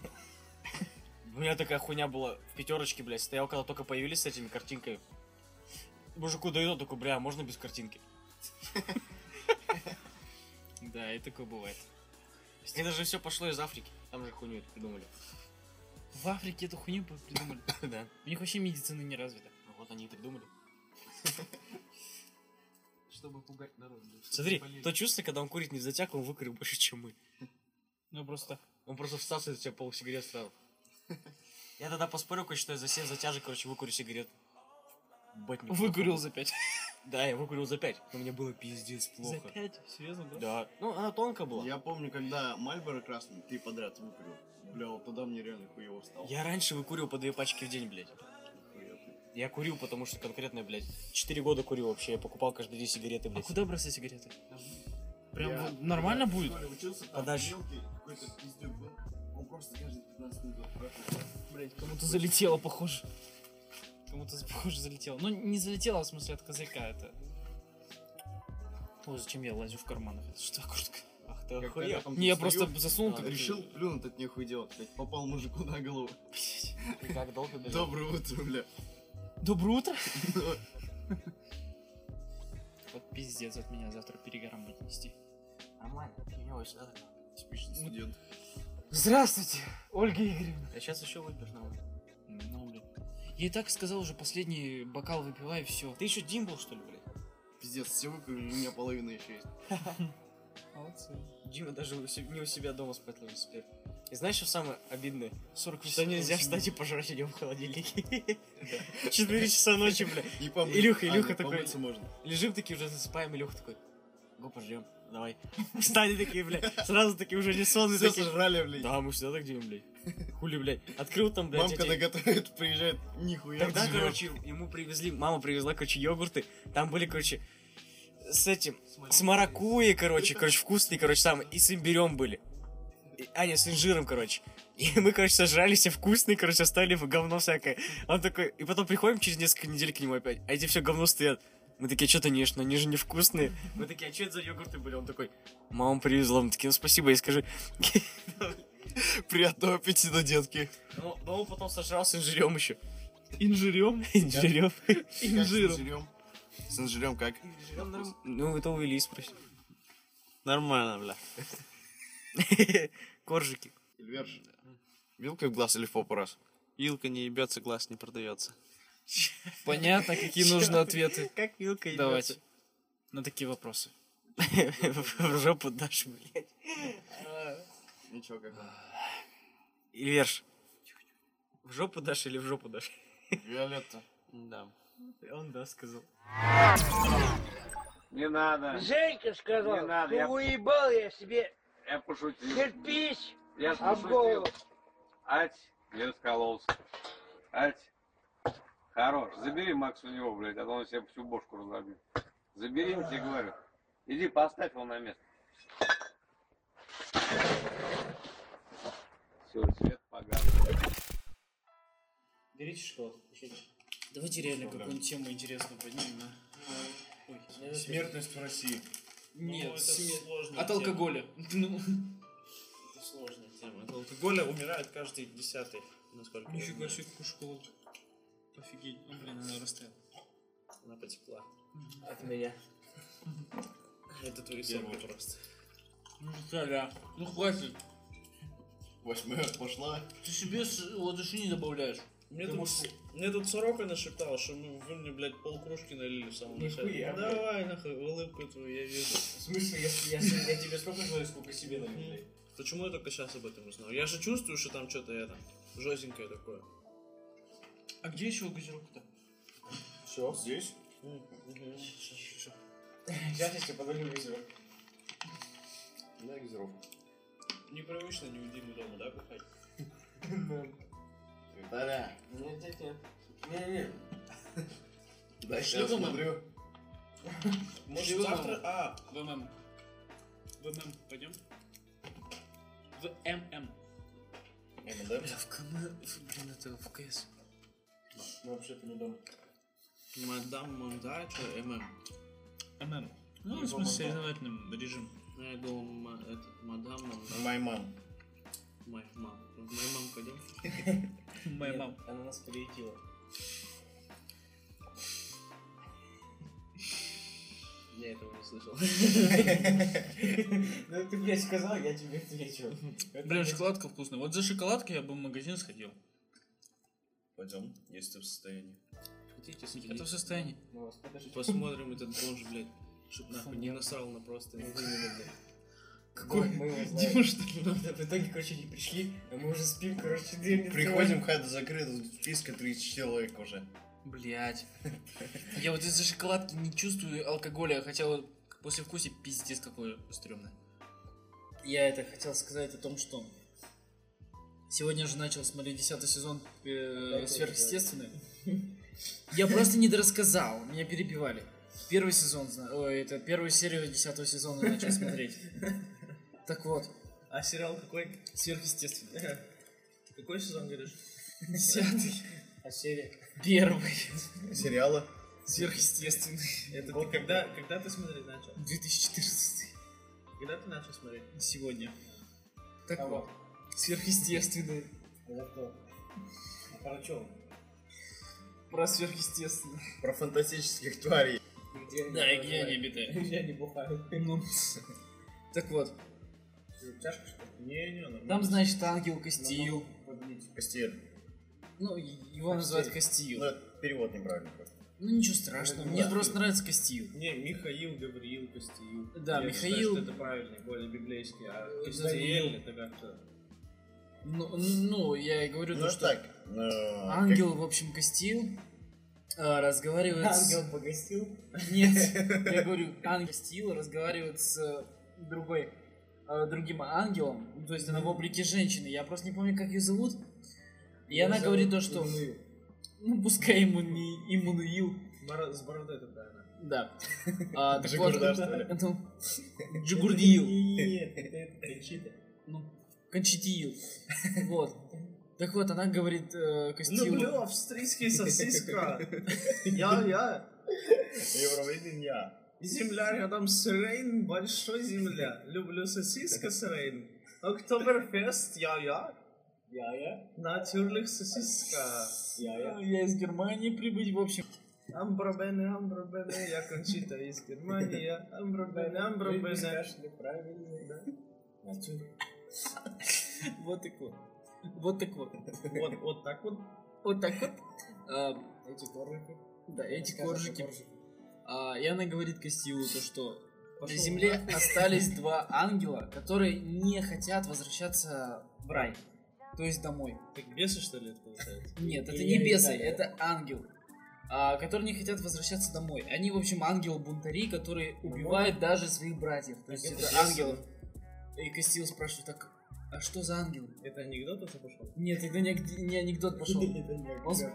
Speaker 4: У меня такая хуйня была в пятерочке, блядь, стоял, когда только появились с этими картинками. Мужику дает, он такой, бля, а можно без картинки? (laughs)
Speaker 1: Да, и такое бывает.
Speaker 4: Это же все пошло из Африки. Там же хуйню это придумали.
Speaker 1: В Африке эту хуйню придумали.
Speaker 4: (laughs) Да.
Speaker 1: У них вообще медицина не развита.
Speaker 4: Ну Вот они и придумали.
Speaker 3: Чтобы пугать народ. блядь, чтобы
Speaker 4: Смотри,
Speaker 3: не болели.
Speaker 4: то чувство, когда он курит не в затяг, он выкурил больше, чем мы.
Speaker 1: Ну просто
Speaker 4: Он просто вставил тебя пол сигарет сразу. (laughs) Я тогда поспорил, короче, что я за 7 затяжек, короче, выкурю сигарет. Бать мне
Speaker 1: выкурил
Speaker 4: плохо
Speaker 1: за пять.
Speaker 4: было. Да, я выкурил за 5. Но мне было пиздец
Speaker 1: За
Speaker 4: плохо.
Speaker 1: пять? Серьезно, да?
Speaker 4: Да. Ну, она тонкая была.
Speaker 9: Я помню, когда Мальборо красный, ты подряд выкурил. Бля, вот тогда мне реально хуево стало.
Speaker 4: Я раньше выкурил по две пачки в день, блядь. Я курил, потому что конкретно, блядь, 4 года курил вообще. Я покупал каждый день сигареты,
Speaker 1: А
Speaker 4: блядь.
Speaker 1: куда бросать сигареты? Прям
Speaker 9: Я-
Speaker 1: вот нормально
Speaker 9: я в
Speaker 1: будет?
Speaker 9: школе учился, там
Speaker 4: Подальше.
Speaker 9: мелкий какой-то пиздюк был. Он просто каждые 15 минут проходит.
Speaker 1: Блять, кому-то залетело, похоже. Кому-то, похоже, залетело. Ну, не залетело, в смысле, от козырька это. Ой, зачем я лазю в карманах? Это что, куртка?
Speaker 4: Ах ты охуел.
Speaker 1: Не, я просто засунул,
Speaker 9: Ты
Speaker 1: как
Speaker 9: решил плюнуть от нехуй делать, блядь, попал мужику на голову. Блядь.
Speaker 4: И как
Speaker 9: (laughs)
Speaker 4: долго бежал?
Speaker 9: Доброе утро, бля.
Speaker 1: Доброе утро. Вот пиздец от меня завтра перегаром будет нести.
Speaker 4: Нормально, ты не очень, да, так надо.
Speaker 9: Типичный студент.
Speaker 1: Здравствуйте, Ольга Игоревна.
Speaker 4: А сейчас еще выпьешь на улице.
Speaker 1: Ну, блин. Я и так сказал уже последний бокал выпивай, все.
Speaker 4: Ты еще Димбл, что ли, блядь?
Speaker 9: Пиздец, все выпили, у меня половина еще есть.
Speaker 1: Молодцы.
Speaker 4: Дима даже у се- не у себя дома спать ложится теперь. И знаешь, что самое обидное?
Speaker 1: 48.
Speaker 4: Что нельзя встать и пожрать идем в (laughs) холодильнике. (laughs) Четыре часа ночи, бля.
Speaker 9: И помыть.
Speaker 4: Илюха,
Speaker 9: А,
Speaker 4: Илюха
Speaker 9: нет,
Speaker 4: такой-
Speaker 9: Помыться можно.
Speaker 4: Лежим такие уже засыпаем, Илюха такой. Го, пожрем, давай. (laughs) Встали такие, бля. Сразу такие уже не сонные
Speaker 9: Все
Speaker 4: такие.
Speaker 9: сожрали, блядь.
Speaker 4: Да, мы всегда так делаем, блядь. Хули, блядь. Открыл там, блядь,
Speaker 9: Мамка
Speaker 4: эти- (laughs)
Speaker 9: наготовит, приезжает, нихуя.
Speaker 4: Тогда,
Speaker 9: не
Speaker 4: короче, ему привезли, мама привезла, короче, йогурты. Там были, короче, с этим, с маракуйей, короче, короче, вкусные, короче, самые, и с имбирем были. И- а, нет, с инжиром, короче. И (laughs) мы, короче, сожрали все вкусные, короче, оставили в говно всякое. Он такой, и потом приходим через несколько недель к нему опять, а эти все говно стоят. Мы такие, что ты не ешь, ну они же невкусные. Мы такие, а что это за йогурты были? Он такой, мама привезла. Мы такие, ну спасибо, и (laughs) скажи.
Speaker 9: жрёт. Приятного аппетита, детки.
Speaker 4: Ну, но он потом сожрал с инжирем еще.
Speaker 3: Инжирем?
Speaker 4: Инжирем.
Speaker 3: Инжиром.
Speaker 9: С инжирем как?
Speaker 4: Ну, это у Ильи спроси.
Speaker 9: Нормально, бля.
Speaker 4: Коржики.
Speaker 9: Эльверш. Бил как глаз или в попу раз?
Speaker 3: Вилка не ебется, глаз не продается.
Speaker 1: Понятно, какие нужны ответы
Speaker 4: Как вилка ебётся.
Speaker 1: давать на такие вопросы.
Speaker 4: (laughs) В жопу дашь, блядь.
Speaker 9: Ничего как он.
Speaker 4: Ильверш. В жопу дашь или в жопу дашь?
Speaker 9: Виолетта.
Speaker 3: Да.
Speaker 4: Он да, сказал.
Speaker 12: Женька сказал, не надо, я... уебал я себе
Speaker 13: Я пошутил.
Speaker 12: кирпич
Speaker 13: Я
Speaker 12: об голову.
Speaker 13: пошутил. Ать, не раскололся. Ать. Хорош. Забери Макс у него, блядь, а то он себе всю бошку разобьет. Забери, я тебе говорю. Иди поставь его на место. Все, свет погас.
Speaker 4: Берите шоколад.
Speaker 1: Давайте реально какую-нибудь тему интересную поднимем, да? Ой,
Speaker 9: Смертность в России.
Speaker 11: Ну,
Speaker 1: Нет, сме- от алкоголя. Ну,
Speaker 11: Это сложная тема. От алкоголя умирает каждый десятый, насколько я
Speaker 1: нифига
Speaker 11: знаю.
Speaker 1: себе, какую шоколад. Офигеть, ну блин, она растаяла.
Speaker 11: Она потекла.
Speaker 4: От меня.
Speaker 11: Это твой рисунок просто.
Speaker 1: Ну что, да. Ну хватит.
Speaker 9: Восьмая пошла.
Speaker 1: Ты себе с- вот души не добавляешь.
Speaker 11: Мне тут, мне тут сорока нашептала, что мы, вы мне, блядь, полкружки налили в самом начале. Давай, нахуй, улыбку твою я вижу.
Speaker 4: В смысле, я, я- я тебе столько говорю, сколько себе налили.
Speaker 11: Почему я только сейчас об этом узнал? Я же чувствую, что там что-то это, жестенькое такое.
Speaker 1: А где еще газировка-то?
Speaker 9: Все. Здесь?
Speaker 4: Сейчас я тебе подарю визор.
Speaker 9: Да, газировка.
Speaker 11: Непривычно не у Димы дома, да, бухать?
Speaker 9: Да-да.
Speaker 4: Нет, нет, нет. Не-не-не.
Speaker 9: Да, сейчас
Speaker 1: думаю.
Speaker 9: смотрю.
Speaker 11: Может,
Speaker 1: Чего?
Speaker 11: завтра... А,
Speaker 1: В ММ. В ММ пойдем? В ММ.
Speaker 9: М&М.
Speaker 1: Бля, в КМ... Блин, это в КС.
Speaker 4: Ну, вообще-то не дома.
Speaker 11: мадам Монда, что, ММ?
Speaker 1: ММ. Ну, в смысле, соревновательным режим.
Speaker 11: Ну, Я думал, ма- этот, мадам Монда,
Speaker 9: My mom.
Speaker 11: моя мама. В мою маму пойдем?
Speaker 1: (laughs) Моя мама.
Speaker 4: Она нас приютила.
Speaker 11: Я этого не слышал.
Speaker 4: Ну, ты, блядь, сказал, я тебе отвечу.
Speaker 1: Блин, шоколадка вкусная. Вот за шоколадкой я бы в магазин сходил.
Speaker 9: Пойдем, если ты в состоянии.
Speaker 11: Хотите сходить?
Speaker 1: Это в состоянии.
Speaker 4: Ну,
Speaker 11: Посмотрим этот бомж, блядь. Чтоб нахуй не насрал на просто.
Speaker 4: Какой? Мы его знаем.
Speaker 11: Дима, что ли?
Speaker 4: Да, В итоге, короче, не пришли, а мы уже спим, короче, дверь не
Speaker 9: Приходим, хата закрыта, тут списка 30 человек уже.
Speaker 1: Блять. Я вот из-за шоколадки не чувствую алкоголя, хотя вот после вкуса пиздец какое стрёмное. Я это хотел сказать о том, что сегодня же начал смотреть десятый сезон э, сверхъестественное. (laughs) Я просто не дорассказал, меня перебивали. Первый сезон, зна- ой, это первую серию десятого сезона
Speaker 11: (laughs)
Speaker 1: начал смотреть. Так вот,
Speaker 11: А сериал какой?
Speaker 1: сверхъестественное.
Speaker 11: Какой сезон, говоришь?
Speaker 1: Десятый.
Speaker 4: А серия?
Speaker 1: Первый.
Speaker 9: Сериалы.
Speaker 1: Сверхъестественный.
Speaker 11: Это ты когда, когда ты смотреть начал?
Speaker 1: 2014.
Speaker 3: Когда ты начал смотреть?
Speaker 1: Сегодня. Так
Speaker 3: Кого?
Speaker 1: вот. Сверхъестественное.
Speaker 3: Это кто? А Про чё?
Speaker 1: Про сверхъестественное.
Speaker 9: Про фантастических тварей.
Speaker 3: Где они
Speaker 1: Да, и (laughs) где они
Speaker 3: бывают?
Speaker 1: обитают?
Speaker 3: Где они бухают?
Speaker 1: Ну, Так вот.
Speaker 3: Чашка что ли? Не, не, нормально.
Speaker 1: Там, значит, ангел Костиил.
Speaker 3: Подвиньте.
Speaker 9: Костер.
Speaker 1: Ну, и- его называют Костиил.
Speaker 9: Ну, это перевод неправильный просто.
Speaker 1: Ну, ничего страшного. Мне
Speaker 3: Да.
Speaker 1: просто нравится Костиил.
Speaker 3: Не, Михаил, Гавриил, Костею.
Speaker 1: Да,
Speaker 3: Я считаю,
Speaker 1: Михаил-
Speaker 3: что это правильный, более библейский, а
Speaker 1: Э,
Speaker 3: Костеель это как-то...
Speaker 1: Ну, ну, я и говорю то,
Speaker 9: Ну,
Speaker 1: что...
Speaker 9: так. э,
Speaker 1: Ангел, в общем, Костил э, разговаривает с...
Speaker 3: погостил?
Speaker 1: Нет, я говорю, ангел Костил разговаривает с э, другой, э, другим ангелом, ну, то есть она в облике женщины, я просто не помню, как ее зовут. И она говорит то, что... Ну, пускай ему не Иммануил.
Speaker 3: С бородой такая она.
Speaker 1: Да. А, так вот,
Speaker 9: Джигурда, что ли?
Speaker 1: ну, Джигурдиил.
Speaker 3: Нет, это Кончита.
Speaker 1: Ну, Кончитиил. Вот. Так вот, она говорит э, Костилу...
Speaker 3: Ну, блин,
Speaker 1: (laughs)
Speaker 3: австрийский сосиска. Я, я.
Speaker 9: Евровидение я.
Speaker 3: Земля рядом с Рейн, большой земля. Люблю сосиска с Рейн. Октоберфест, я-я. Я-я. Натюрлих сосиска. Ну, Я-я.
Speaker 1: Я из Германии прибыть, в общем.
Speaker 3: Амбробене, амбробене, я кончита из Германии. Амбробене, амбробене.
Speaker 1: Вот так вот. Вот так вот.
Speaker 3: Вот, вот так вот. А,
Speaker 1: Вот так вот. Эти коржики. Да, эти коржики. А, И она говорит Костилу то, что на земле остались два ангела, которые не хотят возвращаться в рай. То есть домой.
Speaker 3: Так бесы, что ли, это получается?
Speaker 1: Нет, это не бесы, это ангел. а, которые не хотят возвращаться домой. Они, в общем, ангел-бунтари, которые убивают даже своих братьев. То есть это, ангелы. И Костил спрашивает, так, а что за ангел?
Speaker 3: Это анекдот уже пошел?
Speaker 1: Нет, это не, анекд- не
Speaker 3: (laughs)
Speaker 1: анекдот пошел. Он сп-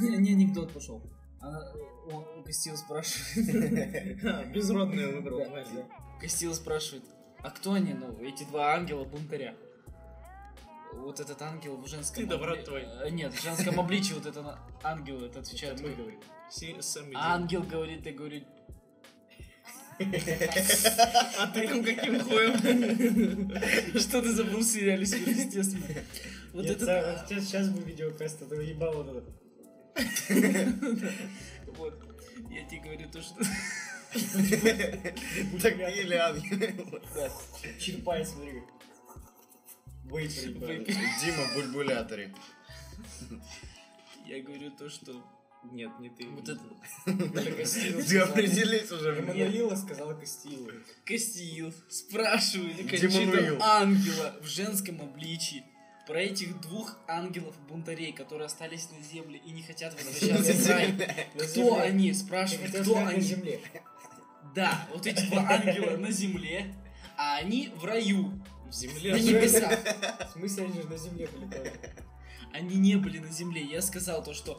Speaker 1: не, не анекдот пошел. Она, он, Костил спрашивает.
Speaker 3: (laughs) Ха, Безродное выбрал.
Speaker 1: Да.
Speaker 3: Вася.
Speaker 1: Костил спрашивает, а кто они новые, эти два ангела-бунтаря? Вот этот ангел в женском...
Speaker 3: Ты да
Speaker 1: обли-
Speaker 3: брат твой.
Speaker 1: э, Нет, в женском обличии вот этот на- ангел, это отвечает.
Speaker 3: мы
Speaker 1: «Вы».
Speaker 3: Си- Сами Дин.
Speaker 1: Ангел говорит, я говорю,
Speaker 3: А ты там каким хуем?
Speaker 1: (laughs) что ты забыл в сериале
Speaker 3: (laughs)
Speaker 1: естественно. Вот это...
Speaker 4: Сейчас бы видеокаст, а этого ебало вот это.
Speaker 1: (laughs) Вот. Я тебе говорю то, что...
Speaker 9: Так или ангел.
Speaker 4: Черпай, смотри. Выпрыгивай.
Speaker 9: Дима в бульбуляторе.
Speaker 1: Я говорю то, что...
Speaker 3: Нет, не ты.
Speaker 1: Вот (laughs) это...
Speaker 9: Ты определись уже.
Speaker 4: Эммануила сказала Костилу.
Speaker 1: Костиил спрашивает
Speaker 9: Демонуил.
Speaker 1: Кончиту ангела в женском обличии про этих двух ангелов-бунтарей, которые остались на земле и не хотят возвращаться в рай. Кто
Speaker 4: земле.
Speaker 1: они? Спрашивает, кто
Speaker 4: на
Speaker 1: они?
Speaker 4: земле.
Speaker 1: Да, вот эти два ангела на земле, а они в раю,
Speaker 3: В
Speaker 1: на
Speaker 3: земле.
Speaker 1: небесах.
Speaker 4: В смысле, они же на земле были
Speaker 1: (laughs) Они не были на земле. Я сказал то, что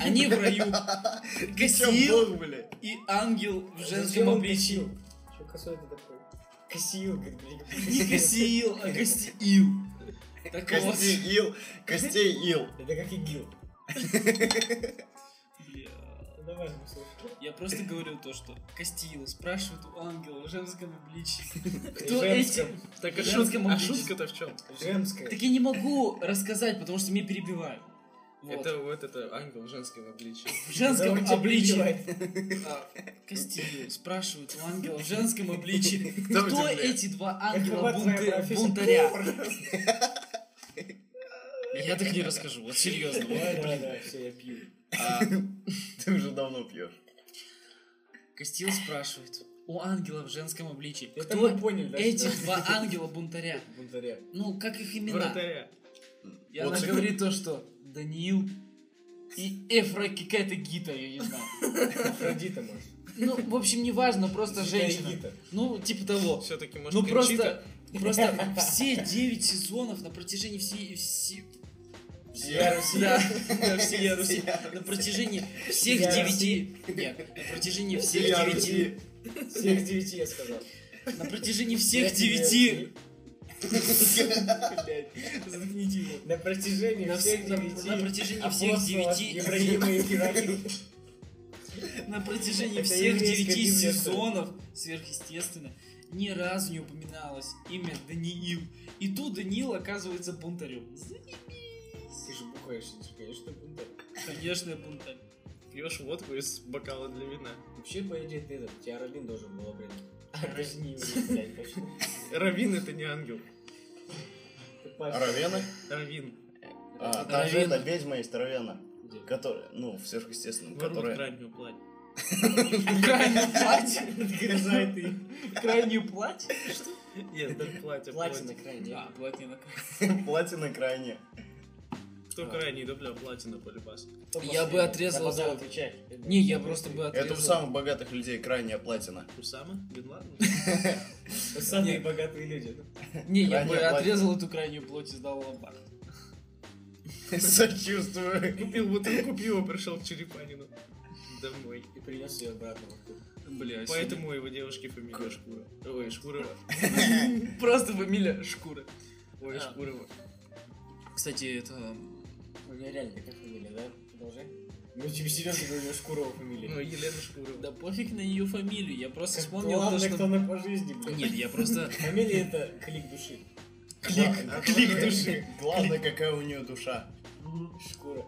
Speaker 1: они в
Speaker 4: (laughs)
Speaker 1: раю. Косил
Speaker 9: Бог, блядь.
Speaker 1: и ангел в женском обличии.
Speaker 4: Че косой ты такой? Косил, как
Speaker 1: Не косил, а костиил. Так вот.
Speaker 9: Костей ил. Костей ил.
Speaker 4: Это как игил.
Speaker 1: Бля.
Speaker 4: Ну, Давай, ну, слушай.
Speaker 1: Я просто говорю то, что Костила спрашивает у ангела в женском
Speaker 4: (laughs)
Speaker 1: обличии.
Speaker 4: В
Speaker 1: Кто эти?
Speaker 4: женском.
Speaker 1: Так
Speaker 3: А шутка- А шутка-то в чем?
Speaker 4: Женское.
Speaker 1: Так я не могу рассказать, потому что меня перебивают. Вот.
Speaker 3: Это вот это ангел в женском обличии.
Speaker 1: (laughs) В женском
Speaker 4: Давайте
Speaker 1: обличии.
Speaker 4: перебивать.
Speaker 1: а, Костила спрашивает у ангела в женском обличии.
Speaker 9: Кто
Speaker 1: Кто
Speaker 9: эти, блядь?
Speaker 1: эти два
Speaker 4: Какова
Speaker 1: ангела
Speaker 4: твоя
Speaker 1: бунты-
Speaker 4: профессия?
Speaker 3: (laughs)
Speaker 1: бунтаря? Я так не расскажу, вот серьезно. вот,
Speaker 4: Давай,
Speaker 1: блин.
Speaker 4: давай, давай, все, я пью.
Speaker 1: А,
Speaker 9: Ты уже давно пьешь.
Speaker 1: Костил спрашивает у ангела в женском обличии.
Speaker 4: Это
Speaker 1: Кто
Speaker 4: мы поняли, да?
Speaker 1: эти
Speaker 4: что
Speaker 1: два ангела бунтаря?
Speaker 4: Бунтаря.
Speaker 1: Ну, как их имена?
Speaker 3: Вратаря.
Speaker 1: И она
Speaker 9: Вот
Speaker 1: говорит то, что Даниил и Эфра какая-то гита, я не знаю.
Speaker 4: Афродита, может.
Speaker 1: Ну, в общем, неважно, просто
Speaker 4: Святая
Speaker 1: женщина.
Speaker 4: Гита.
Speaker 1: Ну, типа того.
Speaker 3: Все-таки, может,
Speaker 1: Ну,
Speaker 3: Кончита?
Speaker 1: просто, просто
Speaker 4: (laughs)
Speaker 1: все 9 сезонов на протяжении всей... все-
Speaker 4: Всея Руси.
Speaker 1: Да, да, всея Руси. На протяжении всех
Speaker 4: Всея
Speaker 1: девяти... Нет, на протяжении всех
Speaker 9: Всея
Speaker 1: девяти...
Speaker 4: Всех девяти я сказал.
Speaker 1: На протяжении всех девяти...
Speaker 4: (laughs) Блядь, заткните его. На протяжении
Speaker 1: На
Speaker 4: всех
Speaker 1: вс- на- на
Speaker 4: девяти А
Speaker 1: протяжении всех
Speaker 4: апостолов
Speaker 1: девяти...
Speaker 4: Ибрагима и Ибрагима.
Speaker 1: На протяжении
Speaker 4: Это
Speaker 1: всех
Speaker 4: еврейская
Speaker 1: девяти
Speaker 4: Библия, что ли?
Speaker 1: сезонов сверхъестественно ни разу не упоминалось имя Даниил. И тут Даниил оказывается бунтарем. Заебись!
Speaker 4: Ты же бухаешь, ты же, конечно, бунтарь.
Speaker 1: Конечно, я бунтарь.
Speaker 3: Пьешь водку из бокала для вина.
Speaker 4: Вообще, по идее, ты этот, тебя Равин должен был обрелить. А ты же не еврей, блядь, почему?
Speaker 3: Равин это не ангел.
Speaker 4: Ты пальчик.
Speaker 9: Равена?
Speaker 3: Равин.
Speaker 9: А, там же эта ведьма есть, Равена. Которая, ну, в сверхъестественном,
Speaker 3: Ворует
Speaker 9: которая...
Speaker 3: крайнюю плать.
Speaker 4: (laughs)
Speaker 1: Крайне плать? Отгрызай ты. Крайнюю плать?
Speaker 3: Нет, так платье.
Speaker 4: Платина
Speaker 3: платье.
Speaker 4: крайне.
Speaker 1: Да, платина.
Speaker 9: (laughs) Платина крайне.
Speaker 3: Кто
Speaker 4: А.
Speaker 3: крайний, да, бля, платина полюбас.
Speaker 1: Я бы отрезал
Speaker 4: за...
Speaker 1: за...
Speaker 4: отвечай.
Speaker 1: Не, я просто бы
Speaker 9: Это
Speaker 1: отрезал.
Speaker 9: у самых богатых людей крайняя платина.
Speaker 3: Усама?
Speaker 4: (laughs)
Speaker 3: Бен Ладен?
Speaker 4: Самые богатые люди. да?
Speaker 1: Не, я
Speaker 9: Крайняя
Speaker 1: бы
Speaker 9: плоть.
Speaker 1: отрезал эту крайнюю плоть и сдал в ломбард.
Speaker 9: Сочувствую.
Speaker 3: Купил бутылку пива, пришел к Черепанину. Домой.
Speaker 4: И принес ее обратно.
Speaker 1: Бля,
Speaker 3: Поэтому у его девушки фамилия Шкура. Ой, Шкурова.
Speaker 1: (laughs) Просто фамилия Шкура.
Speaker 3: Ой,
Speaker 1: А.
Speaker 3: Шкурова.
Speaker 1: Кстати, это...
Speaker 4: У меня реально такая фамилия, да? Продолжай. Ну, тебе серьезно, у него Шкурова фамилия.
Speaker 3: Ну, Елена Шкурова.
Speaker 1: Да пофиг на ее фамилию, я просто вспомнил то,
Speaker 4: Главное, кто
Speaker 1: что...
Speaker 4: она по жизни, блядь.
Speaker 1: Нет, я
Speaker 4: (laughs)
Speaker 1: просто...
Speaker 4: Фамилия это клик души.
Speaker 9: Клик, клик души. Главное, какая у нее душа.
Speaker 4: Шкура.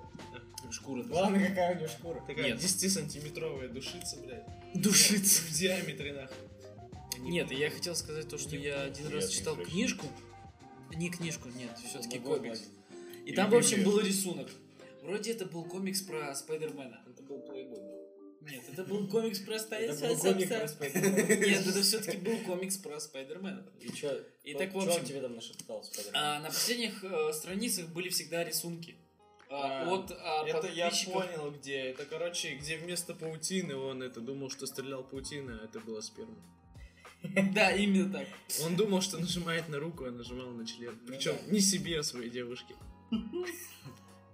Speaker 1: Шкура.
Speaker 4: Главное, какая у нее шкура.
Speaker 3: Такая
Speaker 1: Нет.
Speaker 3: 10-сантиметровая душица, блядь.
Speaker 1: Душица.
Speaker 3: В диаметре, нахуй.
Speaker 1: Нет, я хотел сказать то, что я один раз
Speaker 9: Приятный
Speaker 1: читал
Speaker 9: фреш.
Speaker 1: книжку. Не книжку, нет,
Speaker 3: Ну,
Speaker 1: все-таки
Speaker 4: Могу
Speaker 1: комикс.
Speaker 4: обладать.
Speaker 1: И там, в общем, был рисунок. Вроде это был комикс про Спайдермена.
Speaker 4: Это был плейбой.
Speaker 1: Нет, это был комикс про
Speaker 4: Это был гомик
Speaker 1: Спайдермена.
Speaker 4: про Спайдермена.
Speaker 1: Нет, это все-таки был комикс про Спайдермена.
Speaker 4: И чё?
Speaker 1: И
Speaker 4: кто-
Speaker 1: так, в
Speaker 4: чё
Speaker 1: общем,
Speaker 4: он тебе там нашептал, Спайдермен?
Speaker 1: А, на последних э, страницах были всегда рисунки. А,
Speaker 3: А,
Speaker 1: от а,
Speaker 3: Это я
Speaker 1: подписчиков.
Speaker 3: понял, где. Это, короче, где вместо паутины он это думал, что стрелял паутина, а это было сперма.
Speaker 1: Да, именно так. Ну
Speaker 3: Он думал, что нажимает на руку, а нажимал на член. Причем не себе, а своей девушке.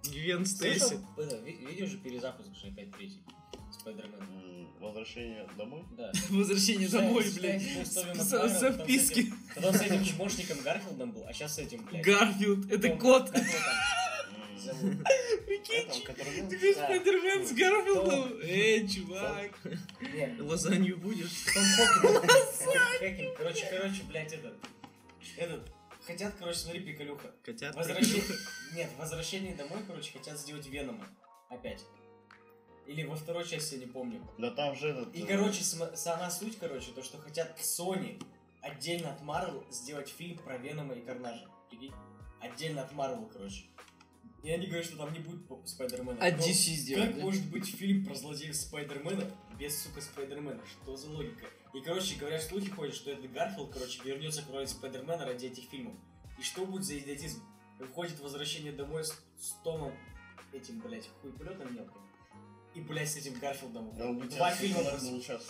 Speaker 3: Гвен Стейси.
Speaker 4: Слышал? Ну, Это, ви- Видишь же перезапуск же опять третий. Спайдермен.
Speaker 9: М, Возвращение домой?
Speaker 1: (laughs)
Speaker 4: Да.
Speaker 1: Возвращение домой,
Speaker 4: Считай-
Speaker 1: блядь.
Speaker 4: считай, что
Speaker 1: С-
Speaker 4: Стивена
Speaker 1: с-
Speaker 4: Парра, там с
Speaker 1: Записки.
Speaker 4: этим- Когда он с этим чмошником Гарфилдом был, а сейчас с этим, блядь.
Speaker 1: Гарфилд, это
Speaker 4: Том, (laughs)
Speaker 1: кот.
Speaker 4: как его там
Speaker 9: М,
Speaker 4: зовут?
Speaker 9: этого, который был?
Speaker 1: Ты
Speaker 4: Да.
Speaker 1: Спайдермен с Гарфилдом. Эй, чувак.
Speaker 4: Не,
Speaker 3: Лазанью
Speaker 4: (laughs)
Speaker 3: будешь?
Speaker 4: Том Хокинг. Хокинг. Короче, короче, блядь, этот. Этот. Хотят, короче, смотри, приколюха.
Speaker 3: Котят.
Speaker 4: Возвращение... Нет, возвращение домой, короче, хотят сделать Венома. Опять. Или во второй части, я не помню.
Speaker 9: Да там же этот...
Speaker 4: И,
Speaker 9: э,
Speaker 4: короче, сама, сама суть, короче, то, что хотят Sony отдельно от Marvel сделать фильм про Венома и Карнажа. Прикинь? Отдельно от Marvel, короче. И они говорят, что там не будет по- Спайдермена. Ну,
Speaker 1: А
Speaker 4: Но
Speaker 1: DC сделать,
Speaker 4: Как
Speaker 1: да?
Speaker 4: может быть фильм про злодеев Спайдермена без, сука, Спайдермена? Что за логика? И, короче, говорят, слухи ходят, что этот Гарфилд, короче, вернется к роли Спайдермена ради этих фильмов. И что будет за идиотизм? Выходит возвращение домой с, с Томом этим, блядь, хуйплетом мелким. И, блядь, с этим Гарфилдом.
Speaker 9: да, у тебя
Speaker 4: Два фильма
Speaker 9: который
Speaker 4: просто.
Speaker 9: был сейчас.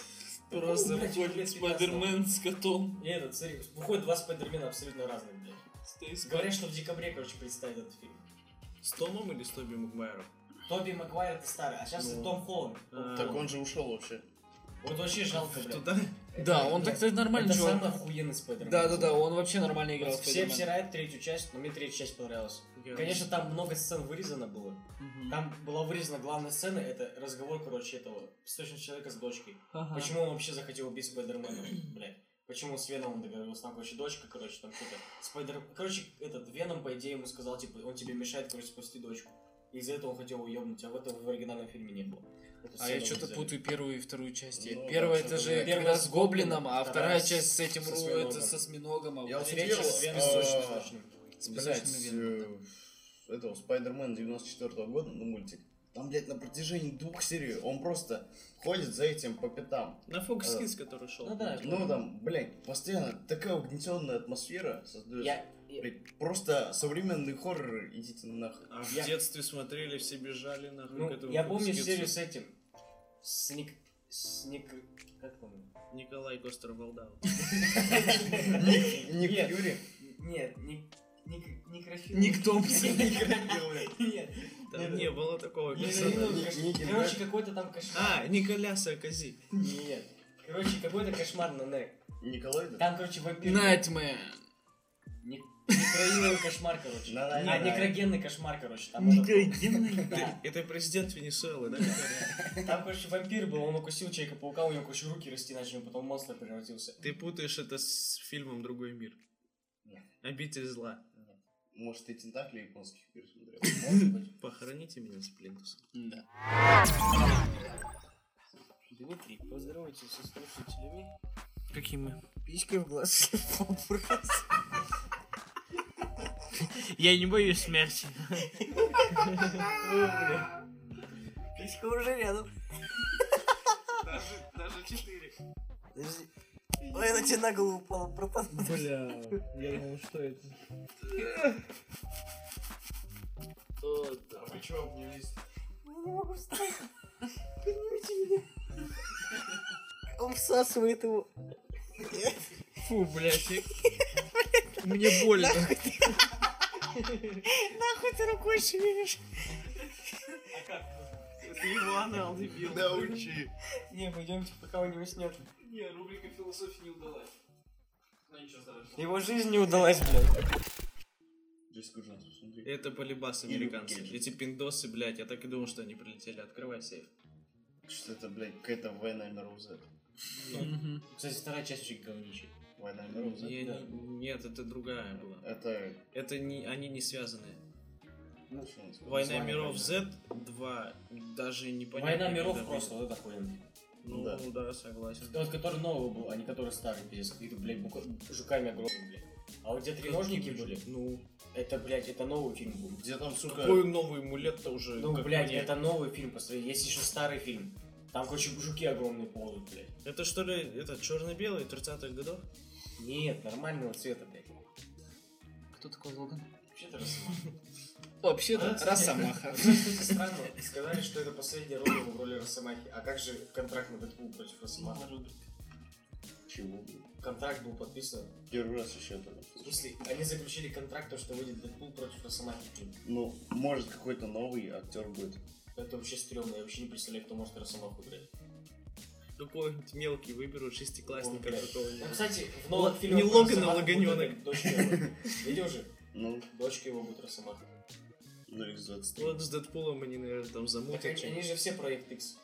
Speaker 1: Просто
Speaker 4: блядь,
Speaker 1: входит
Speaker 4: блядь,
Speaker 1: Спайдермен с котом.
Speaker 4: И этот, смотри, выходит два Спайдермена абсолютно разных, блядь.
Speaker 1: Стоит с
Speaker 4: Говорят, что в декабре, короче, представят этот фильм.
Speaker 3: С Томом или с Тоби Макбайром?
Speaker 4: Тоби Магуайр это старый, а сейчас это Том Холланд.
Speaker 3: А.
Speaker 9: Ну. Так он же ушел вообще.
Speaker 4: Вот вообще жалко, блядь.
Speaker 3: Туда?
Speaker 4: Это,
Speaker 1: Да, он
Speaker 4: блядь,
Speaker 1: так-то нормальный
Speaker 4: Это
Speaker 1: чувак.
Speaker 4: самый охуенный Спайдермен.
Speaker 1: Да, да, да, он вообще нормально играл.
Speaker 4: Вот
Speaker 1: в
Speaker 4: Все
Speaker 1: Спайдермена.
Speaker 4: обсирают третью часть, но мне третья часть понравилась.
Speaker 3: Я-
Speaker 4: Конечно, там много сцен вырезано было.
Speaker 1: Мгм.
Speaker 4: Там была вырезана главная сцена, это разговор, короче, этого песочного человека с дочкой.
Speaker 1: Ага.
Speaker 4: Почему он вообще захотел убить Спайдермена, (clears throat) блядь? Почему с Веном договорился? Там, короче, дочка, короче, там что-то. Спайдер... Короче, этот Веном, по идее, ему сказал, типа, он тебе мешает, короче, спасти дочку. Из-за этого он хотел уебнуть, а в этом в оригинальном фильме не было. Эту
Speaker 1: А я
Speaker 4: сцену
Speaker 1: что-то
Speaker 4: взяли.
Speaker 1: путаю первую и вторую части.
Speaker 9: Ну,
Speaker 1: Первая
Speaker 9: да,
Speaker 1: это
Speaker 9: что-то
Speaker 1: же
Speaker 4: первая
Speaker 1: когда
Speaker 4: с
Speaker 1: с гоблином,
Speaker 4: гоблином,
Speaker 1: а вторая
Speaker 4: вторая
Speaker 1: часть с этим
Speaker 4: со
Speaker 1: ру-
Speaker 4: осьминогом.
Speaker 1: это со сминогом, а
Speaker 9: Я
Speaker 1: вот
Speaker 9: вот
Speaker 4: Встреча
Speaker 9: смотрел,
Speaker 4: с Веном.
Speaker 9: а,
Speaker 4: Сочным, сочным.
Speaker 1: с
Speaker 9: Блять,
Speaker 1: песочным веном.
Speaker 9: этого Спайдермена 94 года, ну мультик. Там, блядь, на протяжении двух серий он просто ходит за этим по пятам.
Speaker 3: На Фокс
Speaker 9: А.
Speaker 3: Kids, который шел.
Speaker 4: Ну да,
Speaker 9: Ну там, блядь, постоянно такая угнетенная атмосфера создается.
Speaker 4: я... я-
Speaker 9: Блядь, просто современный хоррор, идите нахуй.
Speaker 3: А в
Speaker 4: Я-
Speaker 3: детстве смотрели, все бежали нахуй. к
Speaker 4: Ну,
Speaker 3: этому
Speaker 4: я
Speaker 3: Fox
Speaker 4: помню
Speaker 3: Kids.
Speaker 4: серию с этим. С Ник... С Ник... Как он?
Speaker 3: Николай Костер Валдау.
Speaker 9: Ник, Ник
Speaker 4: Нет.
Speaker 9: Фьюри.
Speaker 4: Нет, Ник... Ник... Некрофил.
Speaker 1: Ник
Speaker 4: (laughs)
Speaker 1: Томпсон.
Speaker 4: Нет.
Speaker 3: Там не было такого
Speaker 4: Не,
Speaker 3: персонажа.
Speaker 4: ну,
Speaker 9: Ник-
Speaker 4: короче,
Speaker 9: Никель,
Speaker 4: Короче,
Speaker 9: да?
Speaker 4: какой-то там кошмар.
Speaker 3: А, Николя Саркози.
Speaker 4: Нет. Короче, какой-то кошмар на Нек.
Speaker 9: Николай, да?
Speaker 4: Там, короче, вампир.
Speaker 1: Найтмэ.
Speaker 4: Ник- Некроиловый кошмар, короче.
Speaker 9: Да-да-да.
Speaker 4: А, некрогенный кошмар, короче. Там этот-
Speaker 3: Это- Это президент Венесуэлы, да?
Speaker 4: Там, короче, вампир был, он укусил Человека-паука, у него, короче, руки расти начали, потом в монстра превратился.
Speaker 3: Ты путаешь это с фильмом «Другой мир». Обитель зла.
Speaker 9: Может, ты тентакли японских пересмотрел?
Speaker 3: Похороните меня с плинтусом.
Speaker 4: Да. Дмитрий, поздоровайтесь со слушателями.
Speaker 6: Какими?
Speaker 4: Писька в глаз.
Speaker 6: Я не боюсь смерти.
Speaker 4: Писька уже рядом.
Speaker 3: Даже четыре.
Speaker 4: Ой, она тебе на голову упала, братан.
Speaker 6: Бля, я думал, что это.
Speaker 9: А вы чего обнялись?
Speaker 4: Он всасывает его.
Speaker 6: Фу, блядь. я- Мне больно.
Speaker 4: Нахуй ты рукой шевелишь?
Speaker 3: Это его анал, дебил.
Speaker 9: Научи.
Speaker 4: Не, пойдемте, пока у него снят.
Speaker 3: Не, рубрика философии не удалась. Ну ничего страшного.
Speaker 4: Его жизнь не удалась, блядь.
Speaker 9: Джессика Джонс, посмотри.
Speaker 3: (laughs) Это полибас
Speaker 9: Или
Speaker 3: американцы.
Speaker 9: Кейджи.
Speaker 3: Эти пиндосы, блядь, я так и думал, что они прилетели. Открывай сейф.
Speaker 9: Что это, блядь, какая-то война миров Z.
Speaker 4: Кстати, вторая часть чуть говничает.
Speaker 9: Война миров Z.
Speaker 3: Не- Нет, это другая была.
Speaker 9: Это...
Speaker 3: Это не, они не связаны.
Speaker 9: Ну, что он сказал?
Speaker 3: Война
Speaker 9: Слава
Speaker 3: миров
Speaker 9: Богу.
Speaker 3: Z 2 даже не понятно.
Speaker 4: Война миров
Speaker 3: когда
Speaker 4: просто,
Speaker 3: выйдет.
Speaker 4: вот это охуенно.
Speaker 3: Ну
Speaker 9: Да.
Speaker 3: да, согласен.
Speaker 4: Это вот который новый был, а не который старый пиздец. И тут, блядь, бука- жуками огромными, блядь. А вот где треножники были,
Speaker 3: Ну,
Speaker 4: это, блядь, это новый фильм был.
Speaker 9: Где там, сука...
Speaker 3: какой новый ему лет-то уже?
Speaker 4: Ну,
Speaker 3: как
Speaker 4: блядь,
Speaker 3: мне?
Speaker 4: это новый фильм, посмотри, есть еще старый фильм. Там, короче, жуки огромные ползают, блядь.
Speaker 3: Это что ли, это черно-белый 30-х годов?
Speaker 4: Нет, нормального цвета, блядь.
Speaker 1: Кто такой Логан?
Speaker 4: Вообще-то (laughs) Росомаха.
Speaker 1: Вообще-то
Speaker 4: Росомаха. Кстати, Странно, сказали, что это последняя роль его в роли Росомахи. А как же контракт на Дэдпул против Росомаха?
Speaker 3: ну
Speaker 9: Чего, блядь?
Speaker 4: Контракт был подписан.
Speaker 9: Первый раз еще это
Speaker 4: В
Speaker 9: слышу.
Speaker 4: смысле, они заключили контракт, то, что выйдет Дэдпул против Росомахи фильм.
Speaker 9: Ну, может, какой-то новый актер будет.
Speaker 4: Это вообще стрёмно, я вообще не представляю, кто может Росомаху играть.
Speaker 3: Какой-нибудь мелкий выберу, шестиклассника
Speaker 4: Ой,
Speaker 3: какого-нибудь.
Speaker 4: Ну, кстати, в новом
Speaker 3: Л-
Speaker 4: фильме...
Speaker 3: не
Speaker 4: про
Speaker 3: Логан, а
Speaker 4: Росомаху
Speaker 3: Логонёнок.
Speaker 4: будет Дочка его. Видел же?
Speaker 9: Ну,
Speaker 4: Дочка его будет Росомаха.
Speaker 9: ну, X23.
Speaker 3: Вот с Дэдпулом они, наверное, там
Speaker 4: Так
Speaker 3: замутят.
Speaker 4: Ну, они, они же все проект X.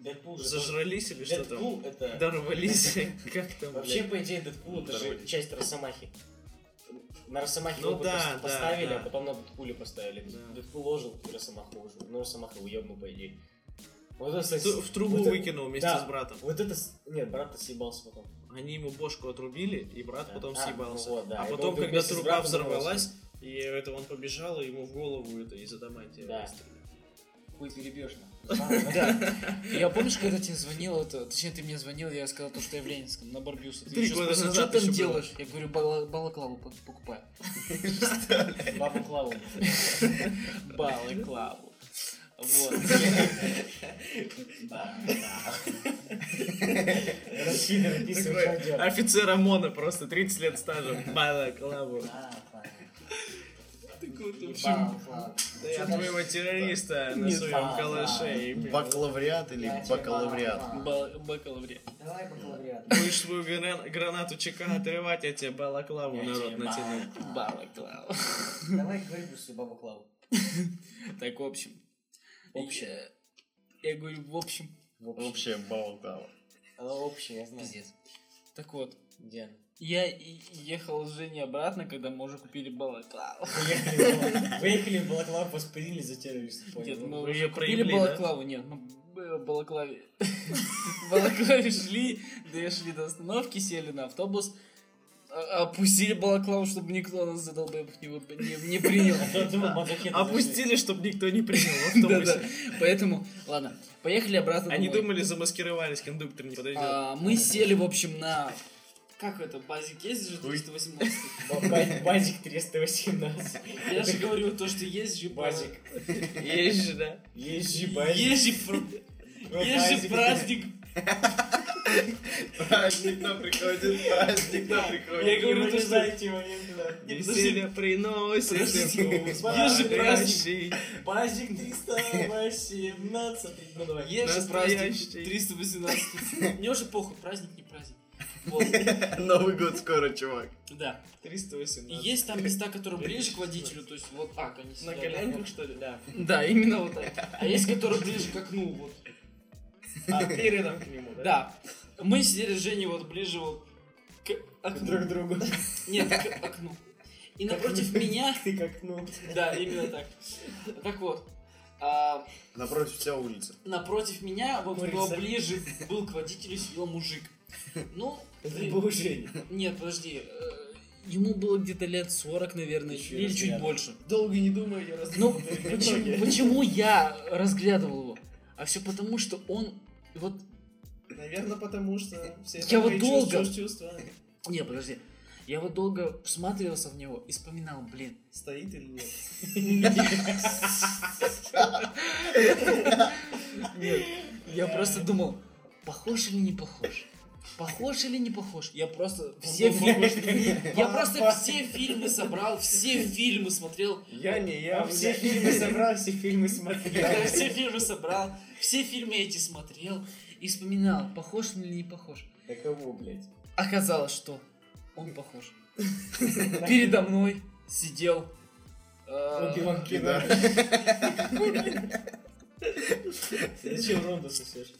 Speaker 4: Дэдпул же...
Speaker 3: Зажрались или что там?
Speaker 4: Дэдпул это... (laughs)
Speaker 3: Дорвались? Как там,
Speaker 4: Вообще,
Speaker 3: блядь?
Speaker 4: по идее, Дэдпул это же
Speaker 9: Здоровались.
Speaker 4: часть Росомахи. На Росомахе
Speaker 3: Ну
Speaker 4: его
Speaker 3: да,
Speaker 4: просто
Speaker 3: да,
Speaker 4: поставили,
Speaker 3: да.
Speaker 4: а потом на Дэдпуле поставили.
Speaker 3: Да.
Speaker 4: Дэдпул ожил, и Росомаху ожил. Ну, Росомаха уебнул, по идее. Вот это, кстати,
Speaker 3: Ту- В трубу
Speaker 4: вот это-
Speaker 3: выкинул вместе
Speaker 4: да.
Speaker 3: с братом.
Speaker 4: Вот это... с- Нет, брат-то съебался потом.
Speaker 3: Они ему бошку отрубили, и брат
Speaker 4: Да.
Speaker 3: потом
Speaker 4: А,
Speaker 3: съебался.
Speaker 4: ну вот, да.
Speaker 3: А
Speaker 4: И
Speaker 3: потом,
Speaker 4: он тут
Speaker 3: когда
Speaker 4: вместе с
Speaker 3: труба
Speaker 4: братом
Speaker 3: взорвалась, и это он побежал, и ему в голову это из адамантия
Speaker 4: Да.
Speaker 3: выстрелили.
Speaker 4: Хуй перебежь, (laughs)
Speaker 1: Да. Я помнишь, когда тебе звонил, это, точнее, ты мне звонил, я сказал то, что я в Ленинском, на Барбюса. Ты
Speaker 3: Три
Speaker 1: еще
Speaker 3: года
Speaker 1: спросил, что
Speaker 3: назад
Speaker 1: ты там
Speaker 3: ещё было.
Speaker 1: делаешь? Я говорю, «Бала- балаклаву по- покупаю.
Speaker 4: Бабу Клаву.
Speaker 1: Балаклаву. Вот. (laughs)
Speaker 4: Раскидывай, писай, что делать.
Speaker 3: Офицер ОМОНа просто 30 лет стажа. Балаклаву.
Speaker 4: А,
Speaker 3: Да я твоего террориста на
Speaker 4: Не
Speaker 3: своем
Speaker 4: так,
Speaker 3: калаше. и
Speaker 9: Бакалавриат или
Speaker 4: Знаете, ба-
Speaker 9: бакалавриат?
Speaker 1: Ба- Бакалавриат.
Speaker 4: Давай бакалавриат.
Speaker 3: Будешь свою грана- гранату ЧК отрывать, я тебе балаклаву
Speaker 4: Я
Speaker 3: народ
Speaker 4: тебе
Speaker 3: натяну.
Speaker 1: Балаклаву.
Speaker 4: Давай Грейбус и Бабу Клаву.
Speaker 1: Так, в общем.
Speaker 4: Общее.
Speaker 1: Я- Я говорю, в общем,
Speaker 9: Вообще, балакава.
Speaker 4: Она общая, я знаю.
Speaker 1: пиздец. Так вот,
Speaker 4: Где она?
Speaker 1: я и- ехал с Женей обратно, когда мы уже купили балаклаву.
Speaker 4: (laughs) Выехали в Бала- Выехали в Балаклаву, воспарили за террористов. понял?
Speaker 1: Нет, мы
Speaker 3: Вы
Speaker 1: уже
Speaker 3: её
Speaker 1: купили
Speaker 3: проебли, да?
Speaker 1: балаклаву, нет, мы б- балаклаве. (laughs) В балаклаве шли, дошли до остановки, сели на автобус, а- опустили балаклаву, чтобы никто нас за долбоебов не, вып- не, не
Speaker 3: (laughs)
Speaker 1: принял.
Speaker 4: А то думал, мазохеты зашли.
Speaker 3: Опустили, чтобы никто не
Speaker 4: (laughs)
Speaker 3: принял в автобусе.
Speaker 1: Да-да. Поэтому, ладно, поехали обратно
Speaker 3: Они
Speaker 1: домой.
Speaker 3: думали, замаскировались, кондуктор не подойдет.
Speaker 1: А, мы сели, в общем, на... Как это, базик есть же 318?
Speaker 4: Ба- ба- Базик 318.
Speaker 1: Я же говорю, то, что есть же базик.
Speaker 4: Базик.
Speaker 3: Есть же, да?
Speaker 4: Есть же базик.
Speaker 1: Есть же пр- есть же праздник.
Speaker 9: Праздник нам приходит, праздник нам приходит.
Speaker 1: Я говорю, то, что...
Speaker 4: знаете момент, да.
Speaker 3: Веселье приносит.
Speaker 1: Подожди,
Speaker 3: всем
Speaker 1: есть же праздник.
Speaker 4: Базик 318. Ну давай.
Speaker 6: Ну,
Speaker 1: Есть же праздник
Speaker 3: Настоящий.
Speaker 1: 318. Мне уже похуй, праздник не праздник.
Speaker 9: (laughs) Новый год скоро, чувак.
Speaker 1: Да.
Speaker 6: 318.
Speaker 1: И есть там места, которые ближе к водителю, то есть вот так они
Speaker 6: На
Speaker 1: сидят.
Speaker 6: коленках, что ли? Да.
Speaker 1: Да, именно вот так. А есть, которые ближе к окну, вот.
Speaker 6: А, передом к нему, да?
Speaker 1: Да. Мы сидели с Женей вот ближе вот к окну.
Speaker 6: Друг к другу.
Speaker 1: Нет, к окну. И напротив меня...
Speaker 6: Ты как, ну...
Speaker 1: Да, именно так. Так вот. а,
Speaker 9: Напротив вся улица.
Speaker 1: Напротив меня, вот
Speaker 6: Мой
Speaker 1: кто
Speaker 6: рюкзак.
Speaker 1: ближе был к водителю, сидел мужик. Ну,
Speaker 6: Это
Speaker 1: блин,
Speaker 6: был Женя.
Speaker 1: нет, подожди. э, Ему было где-то лет 40, наверное,
Speaker 6: Еще
Speaker 1: или чуть
Speaker 6: разглядывал.
Speaker 1: больше.
Speaker 6: Долго не думаю, я раз...
Speaker 3: (laughs)
Speaker 1: Ну, почему, почему я разглядывал его? А все потому, что он... Вот...
Speaker 6: Наверное, потому что все
Speaker 1: Я вот
Speaker 6: такие
Speaker 1: долго-
Speaker 6: чувства- чувства
Speaker 1: Не, подожди. Я вот долго всматривался в него и вспоминал, блин.
Speaker 6: стоит или нет.
Speaker 1: Нет, я просто думал, похож или не похож? Похож или не похож? Я просто все
Speaker 6: был
Speaker 1: фильмы...
Speaker 6: похож. (laughs)
Speaker 1: Я просто все фильмы собрал, все фильмы смотрел, (laughs)
Speaker 6: Я не, я
Speaker 1: все
Speaker 6: все фильмы собрал, все фильмы смотрел.
Speaker 1: Я все фильмы собрал, все фильмы эти смотрел и вспоминал, похож он или не похож.
Speaker 6: На кого, блядь?
Speaker 1: Оказалось, что он похож. Передо мной сидел... э,
Speaker 6: Убиван
Speaker 9: Да.
Speaker 6: (laughs) Зачем Ронда сосешь?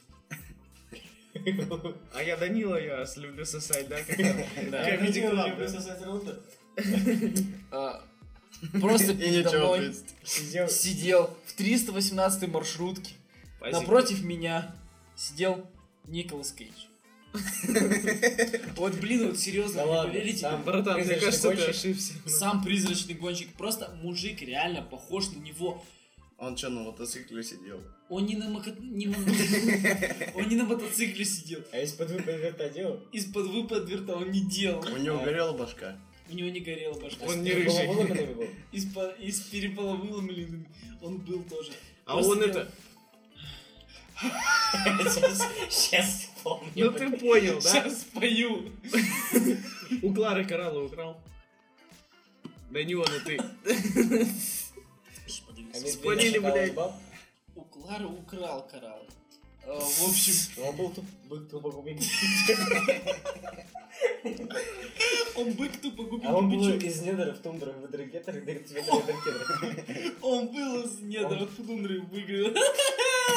Speaker 6: А я Данила Ярос люблю сосать, да? (laughs) как там? Comedy Club, да.
Speaker 1: э, Просто
Speaker 9: И
Speaker 1: передо
Speaker 9: ничего,
Speaker 1: мной
Speaker 9: ответить.
Speaker 6: Сидел.
Speaker 1: сидел в 318 маршрутке. Напротив меня сидел Николас Кейдж. Вот, блин, вот серьезно,
Speaker 6: Да
Speaker 1: не
Speaker 6: ладно,
Speaker 1: поверите.
Speaker 6: там, братан, мне Призрачный кажется, ты гонщик.
Speaker 4: ошибся.
Speaker 1: Сам призрачный гонщик. Просто мужик реально похож на него.
Speaker 9: Он что, на мотоцикле сидел?
Speaker 1: Он не на, моко- не на- он не на мотоцикле сидел.
Speaker 6: А если под выпад это делал?
Speaker 1: Из-под выпад верта он не делал.
Speaker 9: У него горела башка.
Speaker 1: У него не горела башка.
Speaker 4: Он не рыжий.
Speaker 6: Поломанными был?
Speaker 1: Из, по- из переполовыломленным он был тоже.
Speaker 4: А
Speaker 1: Просто
Speaker 4: он
Speaker 1: я-
Speaker 4: это...
Speaker 6: Сейчас вспомню.
Speaker 4: Ну ты понял, да?
Speaker 1: Сейчас спою.
Speaker 4: У Клары кораллы украл. Да не он, а ты. Вспомнили, блядь.
Speaker 1: У Клары украл кораллы. Э, В общем,
Speaker 6: Он был тут, был тупогубен.
Speaker 1: он бык тупо губил
Speaker 6: А он был
Speaker 1: бычок.
Speaker 6: из недр в тундрах в Драгетер и дает тебе Драгетер.
Speaker 1: Он был из недр тундры выиграл.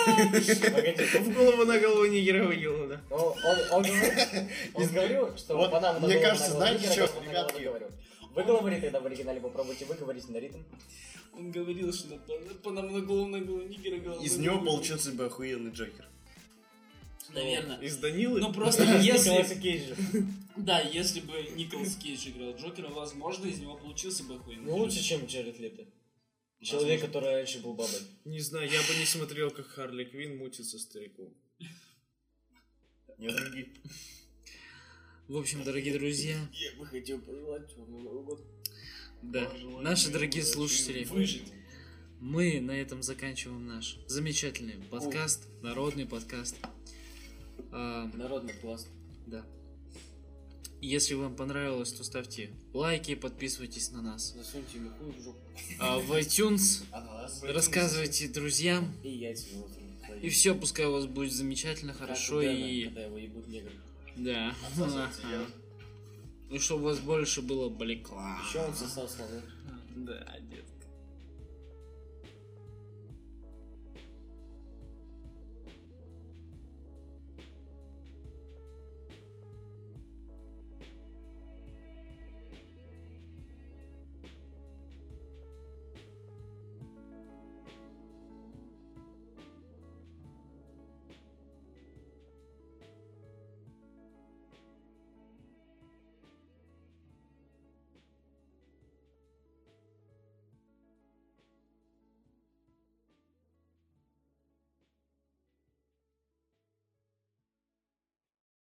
Speaker 6: Погоди,
Speaker 4: В голову на голову не гера выкинул, да.
Speaker 6: он, он, он, говорил- он говорил, что
Speaker 9: Вот,
Speaker 6: Панама на
Speaker 9: мне
Speaker 6: голову,
Speaker 9: кажется,
Speaker 6: на голову,
Speaker 9: знаете,
Speaker 6: на
Speaker 9: чё,
Speaker 6: голову, на
Speaker 9: ребятки?
Speaker 6: голову говорю. Выговори тогда в оригинале, попробуйте выговорить на ритм.
Speaker 1: Он говорил, что по- по нам на голову на голову нигера голова.
Speaker 9: Из него получился бы охуенный Джокер.
Speaker 1: Наверное.
Speaker 4: Из Данилы.
Speaker 1: Ну просто если...
Speaker 6: Николаса Кейджа.
Speaker 1: Да, если бы Николас Кейдж играл Джокера, возможно, из него получился бы охуенный.
Speaker 6: Ну лучше, чем Джаред Лето. Человек, который раньше был бабой.
Speaker 4: Не знаю, я бы не смотрел, как Харли Квин мутится стариком.
Speaker 9: Не враги.
Speaker 1: В общем, дорогие друзья,
Speaker 14: Я бы хотел пожелать вам на Новый год.
Speaker 1: да, наши дорогие слушатели,
Speaker 14: Выжить.
Speaker 1: мы на этом заканчиваем наш замечательный подкаст, народный подкаст. А,
Speaker 14: Народный класс.
Speaker 1: Да. Если вам понравилось, то ставьте лайки, подписывайтесь на нас.
Speaker 14: Засуньте ему хуй в жопу.
Speaker 1: А, в iTunes
Speaker 9: Ананас.
Speaker 1: рассказывайте друзьям.
Speaker 14: И яйца его там.
Speaker 1: И все, пускай у вас будет замечательно, хорошо и...
Speaker 14: Когда его ебут негр.
Speaker 1: Да.
Speaker 9: Отсасывайте я.
Speaker 1: (laughs) И чтобы у вас больше было бликла.
Speaker 14: Еще он сосал слоны.
Speaker 1: Да, дед.